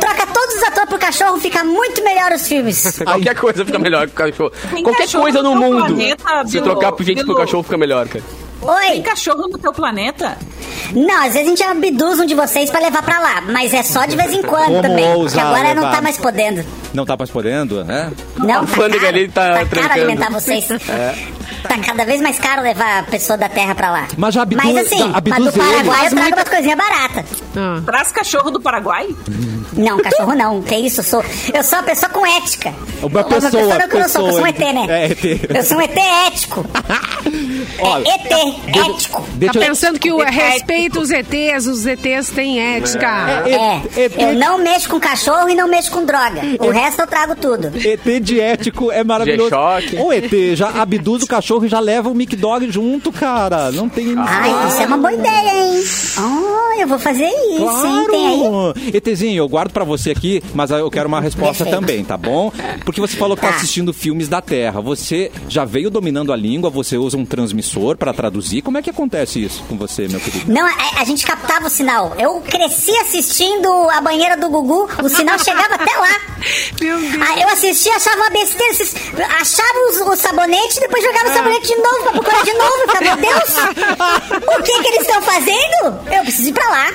Speaker 7: Troca todos os atores pro cachorro, fica muito melhor
Speaker 1: *laughs*
Speaker 7: os filmes.
Speaker 2: Qualquer coisa fica melhor que o cachorro.
Speaker 4: Tem
Speaker 2: Qualquer
Speaker 4: cachorro
Speaker 2: coisa no
Speaker 4: no
Speaker 2: mundo.
Speaker 4: planeta,
Speaker 2: se
Speaker 4: Bilu,
Speaker 2: trocar gente pro
Speaker 4: Bilu.
Speaker 2: cachorro fica melhor, cara.
Speaker 4: Tem
Speaker 7: Oi!
Speaker 4: cachorro no teu planeta?
Speaker 7: Não, às vezes a gente abduz um de vocês pra levar pra lá, mas é só de vez em quando
Speaker 1: Como
Speaker 7: também. Porque
Speaker 1: ousar
Speaker 7: agora não
Speaker 1: levar.
Speaker 7: tá mais podendo.
Speaker 1: Não tá mais podendo, né?
Speaker 7: Não,
Speaker 2: A alfândega
Speaker 7: caro,
Speaker 2: ali tá
Speaker 7: tá caro
Speaker 2: trancando.
Speaker 1: *laughs*
Speaker 7: alimentar vocês.
Speaker 1: É.
Speaker 7: Tá cada vez mais caro levar a pessoa da terra pra lá.
Speaker 1: Mas já abduz-
Speaker 7: Mas assim,
Speaker 1: já abduz
Speaker 7: mas do Paraguai eu
Speaker 1: eles.
Speaker 7: trago umas coisinhas baratas.
Speaker 3: Ah.
Speaker 4: Traz cachorro do Paraguai?
Speaker 7: Não, cachorro não. Que isso, eu sou. Eu sou uma pessoa com ética.
Speaker 1: Uma
Speaker 7: Eu sou
Speaker 1: pessoa,
Speaker 7: não, que eu não sou, eu sou um ET, né?
Speaker 1: *laughs* É, ET.
Speaker 7: Eu sou um ET
Speaker 1: *laughs*
Speaker 7: ético.
Speaker 1: Olha,
Speaker 7: é ET, ético.
Speaker 1: Deixa
Speaker 3: Tá
Speaker 1: eu-
Speaker 3: pensando que o respeito os ETs, os ETs têm ética.
Speaker 7: É,
Speaker 1: ET.
Speaker 7: eu não mexo com cachorro e não mexo com droga. O resto eu trago tudo.
Speaker 1: ET de ético é maravilhoso.
Speaker 2: G-Shock.
Speaker 1: O ET já abduz o cachorro e já leva o Mic Dog junto, cara. Não tem.
Speaker 7: Ai, isso é uma boa ideia, hein? Ah, eu vou fazer isso, hein? Tem aí?
Speaker 1: Claro! ETzinho, eu guardo pra você aqui, mas eu quero uma resposta
Speaker 7: Perfeito.
Speaker 1: também, tá bom? Porque você falou que tá
Speaker 7: Tá.
Speaker 1: assistindo filmes da Terra. Você já veio dominando a língua, você usa um transmissor pra traduzir. Como é que acontece isso com você, meu querido?
Speaker 7: Não, a, a gente captava o sinal. Eu cresci assistindo a banheira do Gugu, o sinal chegava até lá.
Speaker 3: Meu Deus.
Speaker 7: Ah, eu assistia, achava uma besteira, assis- achava os- o sabonete, depois jogava o sabonete de novo pra procurar de novo. Eu falava, meu Deus, o que que eles estão fazendo? Eu preciso ir pra lá.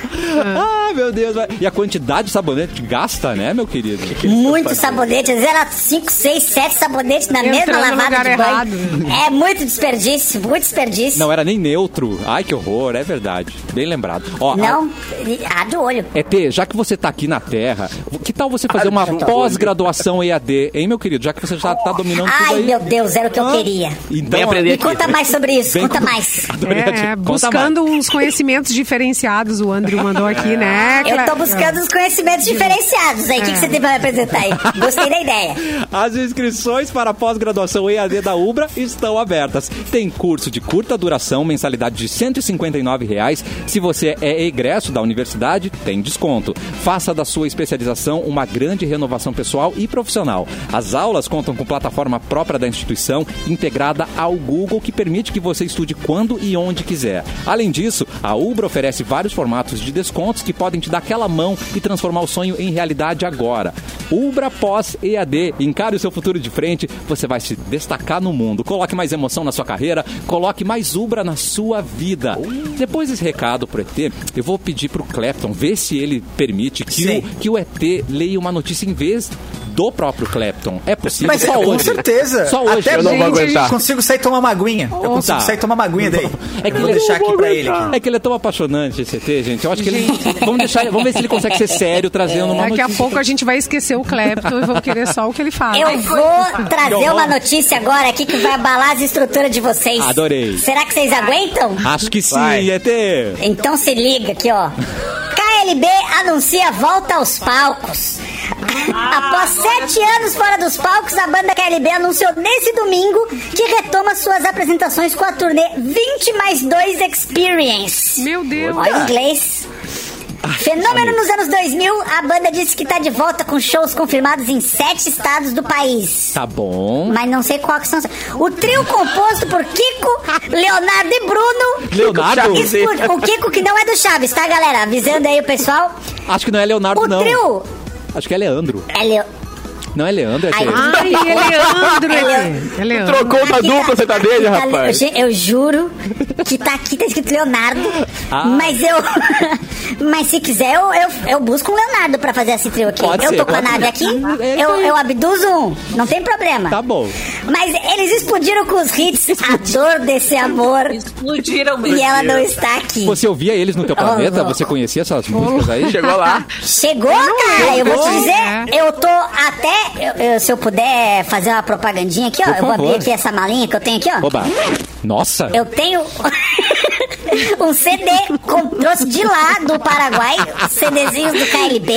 Speaker 1: Ah, meu Deus! vai- E a quantidade de sabonete que gasta, né, meu querido?
Speaker 7: Muito sabonete, às vezes era 5, 6, 7 sabonetes na mesma
Speaker 3: Entrando no
Speaker 7: lavada
Speaker 3: lugar
Speaker 7: de banho.
Speaker 3: errado.
Speaker 7: É muito desperdício, muito desperdício.
Speaker 1: Não é- era nem neutro. Ai, que horror, é verdade. Bem lembrado. Ó, a-
Speaker 7: Não, abre o olho.
Speaker 1: ET, já que você tá aqui na Terra, que tal você fazer uma
Speaker 7: já tá.
Speaker 1: pós-graduação EAD, hein, meu querido? Já que você já tá dominando tudo
Speaker 7: Ai,
Speaker 1: aí.
Speaker 7: meu Deus, era o que eu
Speaker 1: Ah,
Speaker 7: queria.
Speaker 1: Então,
Speaker 2: Vem aprender
Speaker 7: Me
Speaker 2: aqui.
Speaker 7: conta mais sobre isso,
Speaker 1: Vem
Speaker 7: conta
Speaker 1: com- *laughs*
Speaker 7: mais.
Speaker 1: Adorei a dica.
Speaker 3: É,
Speaker 1: Conta
Speaker 3: buscando uns conhecimentos diferenciados, o Andrew mandou aqui, né?
Speaker 7: Eu tô
Speaker 3: Cla-
Speaker 7: buscando os conhecimentos diferenciados aí. O que,
Speaker 3: É.
Speaker 7: que você tem pra me apresentar aí? Gostei da ideia.
Speaker 1: As inscrições para a pós-graduação EAD da Ubra estão abertas. Tem curso de curta duração, mensalidade de R$ 159 reais. Se você é egresso da universidade, tem desconto. Faça da sua especialização uma grande renovação pessoal e profissional. As aulas contam com plataforma própria da instituição, integrada ao Google, que permite que você estude quando e onde quiser. Além disso, a Ubra oferece vários formatos de descontos que podem te dar aquela mão e transformar o sonho em realidade agora. Ubra Pós EAD. Encare o seu futuro de frente, você vai se destacar no mundo. Coloque mais emoção na sua carreira, coloque mais Ubra na sua vida. Depois desse recado pro ET, eu vou pedir pro Clapton ver se ele permite que, o, que o ET leia uma notícia em vez do próprio Clapton. É possível
Speaker 5: Mas
Speaker 1: só
Speaker 5: com
Speaker 1: hoje.
Speaker 5: certeza.
Speaker 1: Só hoje.
Speaker 5: Até
Speaker 3: Eu não vou
Speaker 5: porque
Speaker 3: aguentar.
Speaker 5: consigo sair e tomar uma aguinha. Eu consigo
Speaker 1: tá.
Speaker 5: sair e tomar uma aguinha daí.
Speaker 1: É que
Speaker 5: eu vou
Speaker 1: ele-
Speaker 5: deixar aqui pra ele. aqui.
Speaker 1: É que ele é tão apaixonante, esse ET, gente. Eu acho que ele. *laughs* Vamos, deixar, vamos ver se ele consegue ser sério trazendo uma
Speaker 3: Daqui a
Speaker 1: notícia.
Speaker 3: pouco a gente vai esquecer o Clepton e vamos querer só o que ele fala.
Speaker 7: Eu vou trazer uma notícia agora aqui que vai abalar as estruturas de vocês.
Speaker 1: Adorei.
Speaker 7: Será que vocês aguentam?
Speaker 1: Acho que sim, é
Speaker 5: Vai.
Speaker 1: ET.
Speaker 7: Então se liga aqui, ó. KLB anuncia volta aos palcos.
Speaker 3: Ah,
Speaker 7: Após sete anos fora dos palcos, a banda KLB anunciou nesse domingo que retoma suas apresentações com a turnê 20 mais 2 Experience.
Speaker 3: Meu Deus.
Speaker 7: Olha o inglês. Fenômeno nos anos 2000, a banda disse que tá de volta com shows confirmados em sete estados do país.
Speaker 1: Tá bom.
Speaker 7: Mas não sei qual que são. O trio composto por Kiko, Leonardo e Bruno.
Speaker 1: Leonardo?
Speaker 7: Escu- O Kiko que não é do Chaves, tá, galera? Avisando aí o pessoal.
Speaker 1: Acho que não é Leonardo,
Speaker 7: O
Speaker 1: não.
Speaker 7: trio
Speaker 1: Acho que é Leandro.
Speaker 7: é Leo...
Speaker 1: Não é Leandro, é
Speaker 7: Ai,
Speaker 1: Leandro.
Speaker 3: Ai, é Leandro, é Leandro.
Speaker 9: Trocou da
Speaker 7: Aqui tá-
Speaker 9: dupla
Speaker 7: aqui
Speaker 9: sertaneja,
Speaker 7: tá- Eu,
Speaker 9: rapaz.
Speaker 7: ju- eu juro que tá aqui, tá escrito Leonardo.
Speaker 1: Ah.
Speaker 7: Mas eu. *laughs* Mas se quiser, eu, eu, eu busco um Leonardo pra fazer esse trio aqui.
Speaker 1: Pode
Speaker 7: eu
Speaker 1: ser,
Speaker 7: tô com a
Speaker 1: pode
Speaker 7: nave
Speaker 1: ser.
Speaker 7: aqui,
Speaker 1: É isso
Speaker 7: eu,
Speaker 1: aí.
Speaker 7: eu abduzo um. Não tem problema.
Speaker 1: Tá bom.
Speaker 7: Mas eles explodiram com os hits A Dor Desse Amor.
Speaker 4: Explodiram
Speaker 7: E
Speaker 4: mesmo.
Speaker 7: ela não está aqui.
Speaker 1: Você ouvia eles no teu planeta? Você conhecia essas músicas aí?
Speaker 9: Chegou
Speaker 7: *laughs*
Speaker 9: lá.
Speaker 7: Chegou, cara! Eu vou te
Speaker 3: Chegou.
Speaker 7: dizer,
Speaker 3: É.
Speaker 7: eu tô até. eu- eu- se eu puder fazer uma propagandinha aqui, ó.
Speaker 1: Por
Speaker 7: eu vou
Speaker 1: favor.
Speaker 7: abrir aqui essa malinha que eu tenho aqui, ó.
Speaker 1: Oba. Nossa.
Speaker 7: Eu tenho *laughs* um CD, com, trouxe de lá do Paraguai, CDzinhos do KLB,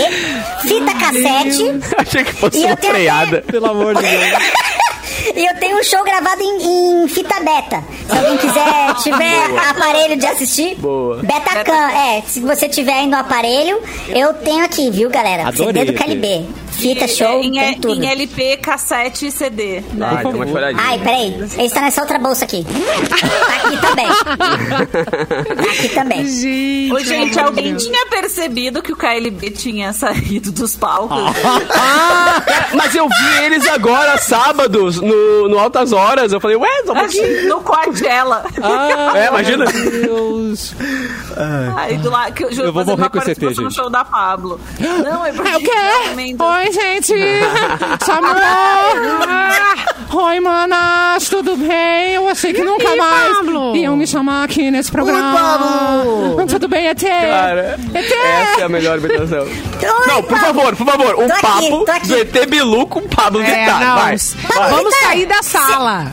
Speaker 7: fita
Speaker 2: *laughs*
Speaker 7: cassete,
Speaker 9: Achei que fosse
Speaker 7: E eu
Speaker 9: uma
Speaker 7: tenho
Speaker 9: freada.
Speaker 1: Pelo amor de Deus.
Speaker 7: *laughs* e eu tenho um show gravado em, em fita beta. Se alguém
Speaker 9: *laughs*
Speaker 7: quiser, tiver aparelho de assistir,
Speaker 9: Boa.
Speaker 7: Betacam, é, se você tiver aí no aparelho, eu tenho aqui, viu, galera?
Speaker 1: Adorei,
Speaker 7: CD do KLB, fita, show,
Speaker 4: em,
Speaker 7: tem tudo.
Speaker 4: em LP, cassete e CD.
Speaker 9: Ah, então uma choradinha.
Speaker 7: Ai, peraí, ele está nessa outra bolsa aqui. Tá aqui também. aqui também.
Speaker 3: Gente,
Speaker 4: Ô, gente,
Speaker 3: pelo amor de
Speaker 4: alguém
Speaker 3: Deus.
Speaker 4: tinha percebido que o KLB tinha saído dos palcos?
Speaker 1: Ah.
Speaker 9: Mas eu vi eles agora, sábados, no, no Altas Horas. Eu falei, ué, só um pouquinho.
Speaker 4: no Coachella.
Speaker 1: Ah,
Speaker 9: É, imagina.
Speaker 1: Meu Deus.
Speaker 4: Aí do lado, que eu, juro,
Speaker 1: Eu vou
Speaker 4: fazendo
Speaker 1: morrer
Speaker 4: uma
Speaker 1: com esse ET,
Speaker 4: participação no
Speaker 1: gente. Ah,
Speaker 4: show da Pablo. Não, é porque...
Speaker 3: É o quê?
Speaker 4: realmente-
Speaker 3: Oi, gente! Samuel! Ah, Oi, manas! Tudo bem? Eu
Speaker 1: assim
Speaker 3: achei que nunca mais iam me chamar aqui nesse programa. Tudo bem, ET?
Speaker 7: É.
Speaker 9: Cara, essa é a melhor imitação.
Speaker 7: Oi,
Speaker 9: Não, por
Speaker 7: Pablo.
Speaker 9: favor, por favor, um
Speaker 7: Tá. Tô aqui,
Speaker 9: papo
Speaker 7: tô aqui.
Speaker 9: do ET Bilu com o
Speaker 3: É,
Speaker 9: Pablo Vittar. vai.
Speaker 7: Pablo
Speaker 3: Vamos
Speaker 7: Vittar,
Speaker 3: sair da sala.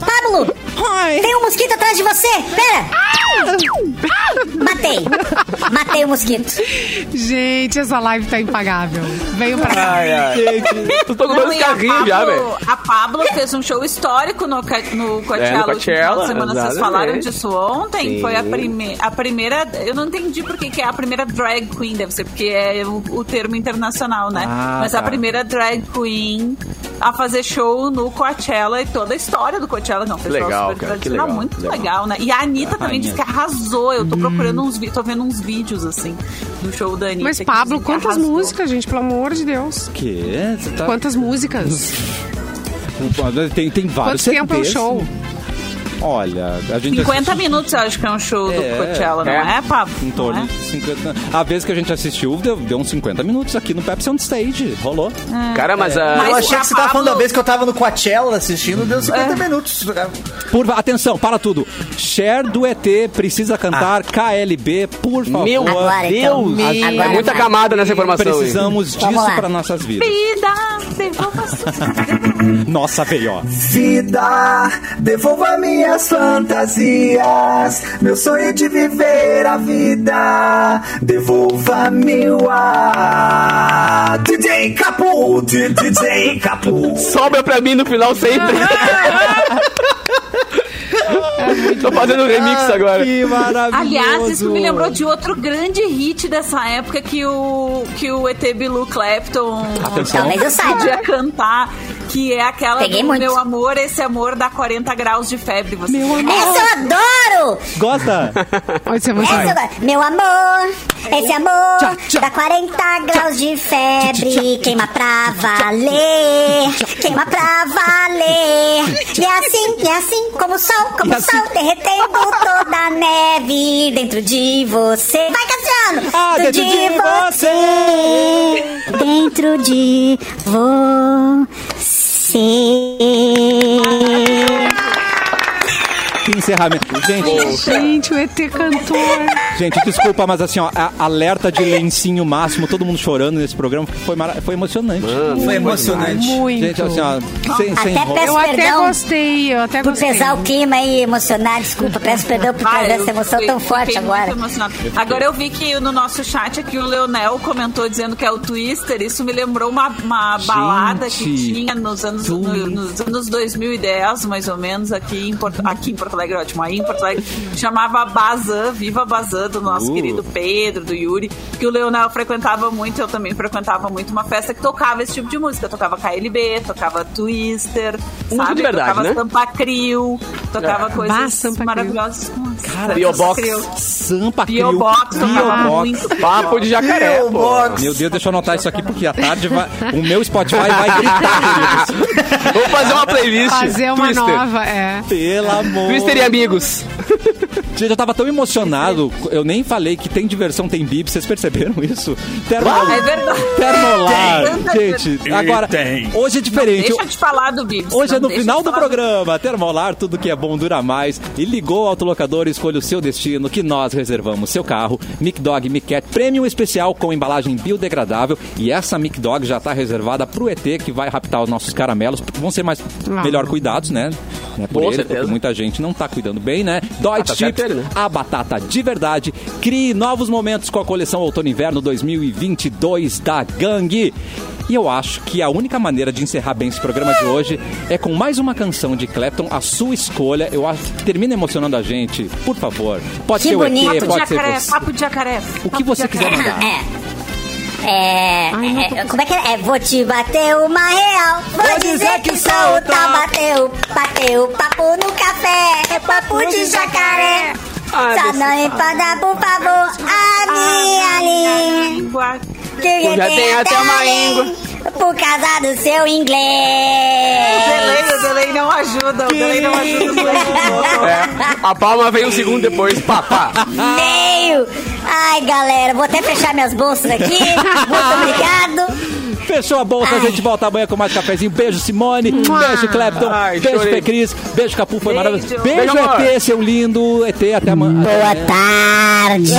Speaker 7: Pablo,
Speaker 3: Oi.
Speaker 7: Tem um mosquito atrás de você! Pera! Matei! Matei o mosquito.
Speaker 3: Gente, essa live tá impagável. Venho pra cá.
Speaker 9: Ai, ai. Eu tô com dois
Speaker 4: e a
Speaker 9: carrinhos já, velho.
Speaker 4: Pablo- A Pablo fez um show histórico no, ca- no Coachella.
Speaker 9: É, no Coachella,
Speaker 4: última semana vocês
Speaker 9: exatamente.
Speaker 4: falaram disso ontem.
Speaker 9: Sim.
Speaker 4: Foi a, prime a primeira. Eu não entendi por que que é a primeira drag queen, deve ser, porque é o, o termo internacional, né?
Speaker 1: Ah,
Speaker 4: Mas a
Speaker 1: tá.
Speaker 4: primeira drag queen a fazer show no Coachella e toda a história do Coachella. Não, pessoal
Speaker 9: Legal,
Speaker 4: super
Speaker 9: cara, que
Speaker 4: tradicional,
Speaker 9: legal,
Speaker 4: muito
Speaker 9: legal. Hum.
Speaker 4: legal. né? E a Anitta também disse que arrasou. Eu tô procurando uns vídeos, tô vendo uns vídeos assim do show da Anitta.
Speaker 3: Mas,
Speaker 4: que
Speaker 3: Pablo,
Speaker 4: dizem que
Speaker 3: quantas
Speaker 4: arrasou. Ah.
Speaker 3: músicas, gente? Pelo amor de Deus.
Speaker 1: Que? Você tá...
Speaker 3: Quantas músicas?
Speaker 1: Tem, tem vários
Speaker 3: Quanto tempo é o
Speaker 1: CDs.
Speaker 3: show?
Speaker 1: Olha, a gente
Speaker 4: 50 minutos eu acho que é um show
Speaker 1: É, Um
Speaker 4: do Coachella, não
Speaker 9: é.
Speaker 4: é, Pablo?
Speaker 1: Em torno
Speaker 4: Não
Speaker 7: Tá.
Speaker 4: é?
Speaker 1: de 50. né? A vez que a gente assistiu, deu, deu uns 50 minutos aqui no Pepsi on Stage. Rolou.
Speaker 7: Ah.
Speaker 9: Cara, mas ah, a.
Speaker 4: Mas-
Speaker 5: Eu achei que você tava
Speaker 4: Pablo-
Speaker 5: falando da vez que eu tava no Coachella assistindo, deu 50 minutos.
Speaker 1: Por, atenção, para tudo. Cher do ET precisa cantar KLB, por favor.
Speaker 9: Ah. Meu
Speaker 7: Agora, então.
Speaker 9: Deus!
Speaker 7: Meu
Speaker 9: É muita camada nessa informação. aí.
Speaker 1: Precisamos
Speaker 7: Vamos
Speaker 1: disso
Speaker 7: lá.
Speaker 1: para nossas vidas.
Speaker 4: Vida, devolva sua-
Speaker 1: Nossa, veio, ó.
Speaker 5: Vida, devolva minhas fantasias, meu sonho de viver a vida, devolva-me o ar. DJ Capu, DJ Capu.
Speaker 9: Sobra pra mim no final sempre. *laughs* Tô fazendo remix
Speaker 7: Ah,
Speaker 9: agora.
Speaker 1: Que maravilhoso.
Speaker 4: Aliás, isso me lembrou de outro grande hit dessa época que o, que o ET Bilu Clapton
Speaker 9: Então,
Speaker 1: Atenção.
Speaker 7: Talvez eu saiba.
Speaker 4: podia cantar, que é aquela
Speaker 7: Peguei
Speaker 4: do
Speaker 7: muito.
Speaker 4: Meu Amor, Esse Amor dá 40 graus de febre. Você
Speaker 7: Essa eu adoro!
Speaker 1: Gosta?
Speaker 3: Pode ser
Speaker 7: Essa
Speaker 3: você. é
Speaker 7: eu adoro! Meu amor, esse amor
Speaker 1: tchá.
Speaker 7: dá 40 graus de febre. Queima pra valer, queima pra valer. E assim, e assim, como o sol, como
Speaker 1: E
Speaker 7: o sol,
Speaker 1: assim.
Speaker 7: derretendo toda a neve dentro de você. Vai, Cassiano!
Speaker 1: Ah, dentro de você.
Speaker 7: dentro de você.
Speaker 1: Que encerramento. Gente,
Speaker 3: Gente, o ET cantor.
Speaker 1: gente, desculpa, mas assim, ó, a- alerta de lencinho máximo, todo mundo chorando nesse programa, porque foi, mara- foi emocionante.
Speaker 5: Foi emocionante.
Speaker 3: Muito.
Speaker 1: Gente, assim, ó, sem, sem
Speaker 7: Até
Speaker 1: ro-
Speaker 7: peço
Speaker 3: eu até
Speaker 7: perdão
Speaker 3: gostei, eu até
Speaker 7: Por
Speaker 3: gostei.
Speaker 7: pesar o clima e emocionar, desculpa, peço perdão por
Speaker 4: Ah,
Speaker 7: trazer
Speaker 4: eu
Speaker 7: essa emoção
Speaker 4: fiquei-
Speaker 7: tão forte
Speaker 4: fiquei muito
Speaker 7: agora. *clears throat*
Speaker 4: emocionada. Agora eu vi que no nosso chat aqui o Leonel comentou dizendo que é o Twister. Isso me lembrou uma, uma balada que
Speaker 1: Gente,
Speaker 4: tinha nos anos, no- nos anos 2010, mais ou menos, aqui em Porto, aqui em Porto Alegre. Eu ótimo. Aí em Porto Alegre chamava Bazan, Viva Bazan, do nosso
Speaker 1: Uh.
Speaker 4: querido Pedro, do Yuri, que o Leonel frequentava muito, eu também frequentava muito uma festa que tocava esse tipo de música. Tocava KLB, tocava Twister, sabe?
Speaker 9: de verdade,
Speaker 4: tocava
Speaker 9: né?
Speaker 4: Sampa Crio, tocava coisas
Speaker 3: Bah, Sampa Crio.
Speaker 7: é
Speaker 4: maravilhosas. com Sampa
Speaker 9: Biobox.
Speaker 4: Crio.
Speaker 1: Sampa Crio.
Speaker 4: Biobox, tocava
Speaker 1: Biobox.
Speaker 4: muito.
Speaker 9: Papo de jacaré,
Speaker 5: Meu
Speaker 9: pô.
Speaker 5: box.
Speaker 1: Meu Deus, deixa eu anotar isso aqui, porque à tarde vai- o meu Spotify vai gritar. Vinícius.
Speaker 9: Vou fazer uma playlist.
Speaker 3: Fazer uma
Speaker 9: Twister.
Speaker 3: nova, é.
Speaker 1: Pelo amor.
Speaker 9: Twister e amigos.
Speaker 1: Gente, eu tava tão emocionado, eu nem falei que tem diversão, tem bib, vocês perceberam isso? Termolar.
Speaker 4: É verdade.
Speaker 1: Termolar.
Speaker 4: Tem.
Speaker 1: Gente, agora, hoje é diferente.
Speaker 4: Deixa eu te falar do Bibs.
Speaker 1: Hoje
Speaker 4: não
Speaker 1: é no
Speaker 4: deixa
Speaker 1: final
Speaker 4: eu te
Speaker 1: do
Speaker 4: falar
Speaker 1: programa. Termolar, tudo que é bom dura mais. E ligou o autolocador e escolha o seu destino, que nós reservamos seu carro. Mic Dog Mic Cat Premium Especial com embalagem biodegradável. E essa Mic Dog já tá reservada pro ET, que vai raptar os nossos caramelos. porque Vão ser mais melhor cuidados, né? Né, Por
Speaker 9: Com
Speaker 1: ele,
Speaker 9: certeza.
Speaker 1: porque muita gente não tá cuidando bem, né? Deutsche
Speaker 9: tá certo
Speaker 1: Chips,
Speaker 9: ele, né?
Speaker 1: a batata de verdade. Crie novos momentos com a coleção Outono e Inverno 2022 da Gangue. E eu acho que a única maneira de encerrar bem esse programa de hoje é com mais uma canção de Clapton, a sua escolha. Eu acho que termina emocionando a gente. Por favor. Pode
Speaker 7: Que
Speaker 1: ser o ET, pode
Speaker 7: bonito.
Speaker 4: do Jacaré,
Speaker 1: ser você.
Speaker 4: papo de jacaré.
Speaker 1: O que você quiser mandar.
Speaker 7: É. É, é, Como é que é? é? Vou te bater uma real. Vou, dizer que sou o tal. Bateu, bateu. Papo no café. É papo de jacaré. Só não empada, por favor. A minha língua. Que
Speaker 9: Já tem até uma
Speaker 7: língua. Por causa do seu
Speaker 4: O
Speaker 7: inglês.
Speaker 4: delay, o delay não ajuda, o delay não ajuda.
Speaker 9: É. A palma veio um segundo depois. Papá.
Speaker 7: Meio. Ai, galera, vou até fechar minhas bolsas aqui. Muito obrigado.
Speaker 1: Fechou a bolsa, a gente volta amanhã com mais cafezinho. Beijo, Simone. Beijo, Clapton.
Speaker 9: Ai,
Speaker 1: beijo,
Speaker 9: chorei.
Speaker 1: Fê Cris. Beijo, Capu. Foi
Speaker 4: Beijo.
Speaker 1: maravilhoso. Beijo,
Speaker 9: Beijo, amor.
Speaker 1: ET, seu lindo. ET, até amanhã.
Speaker 7: Boa tarde.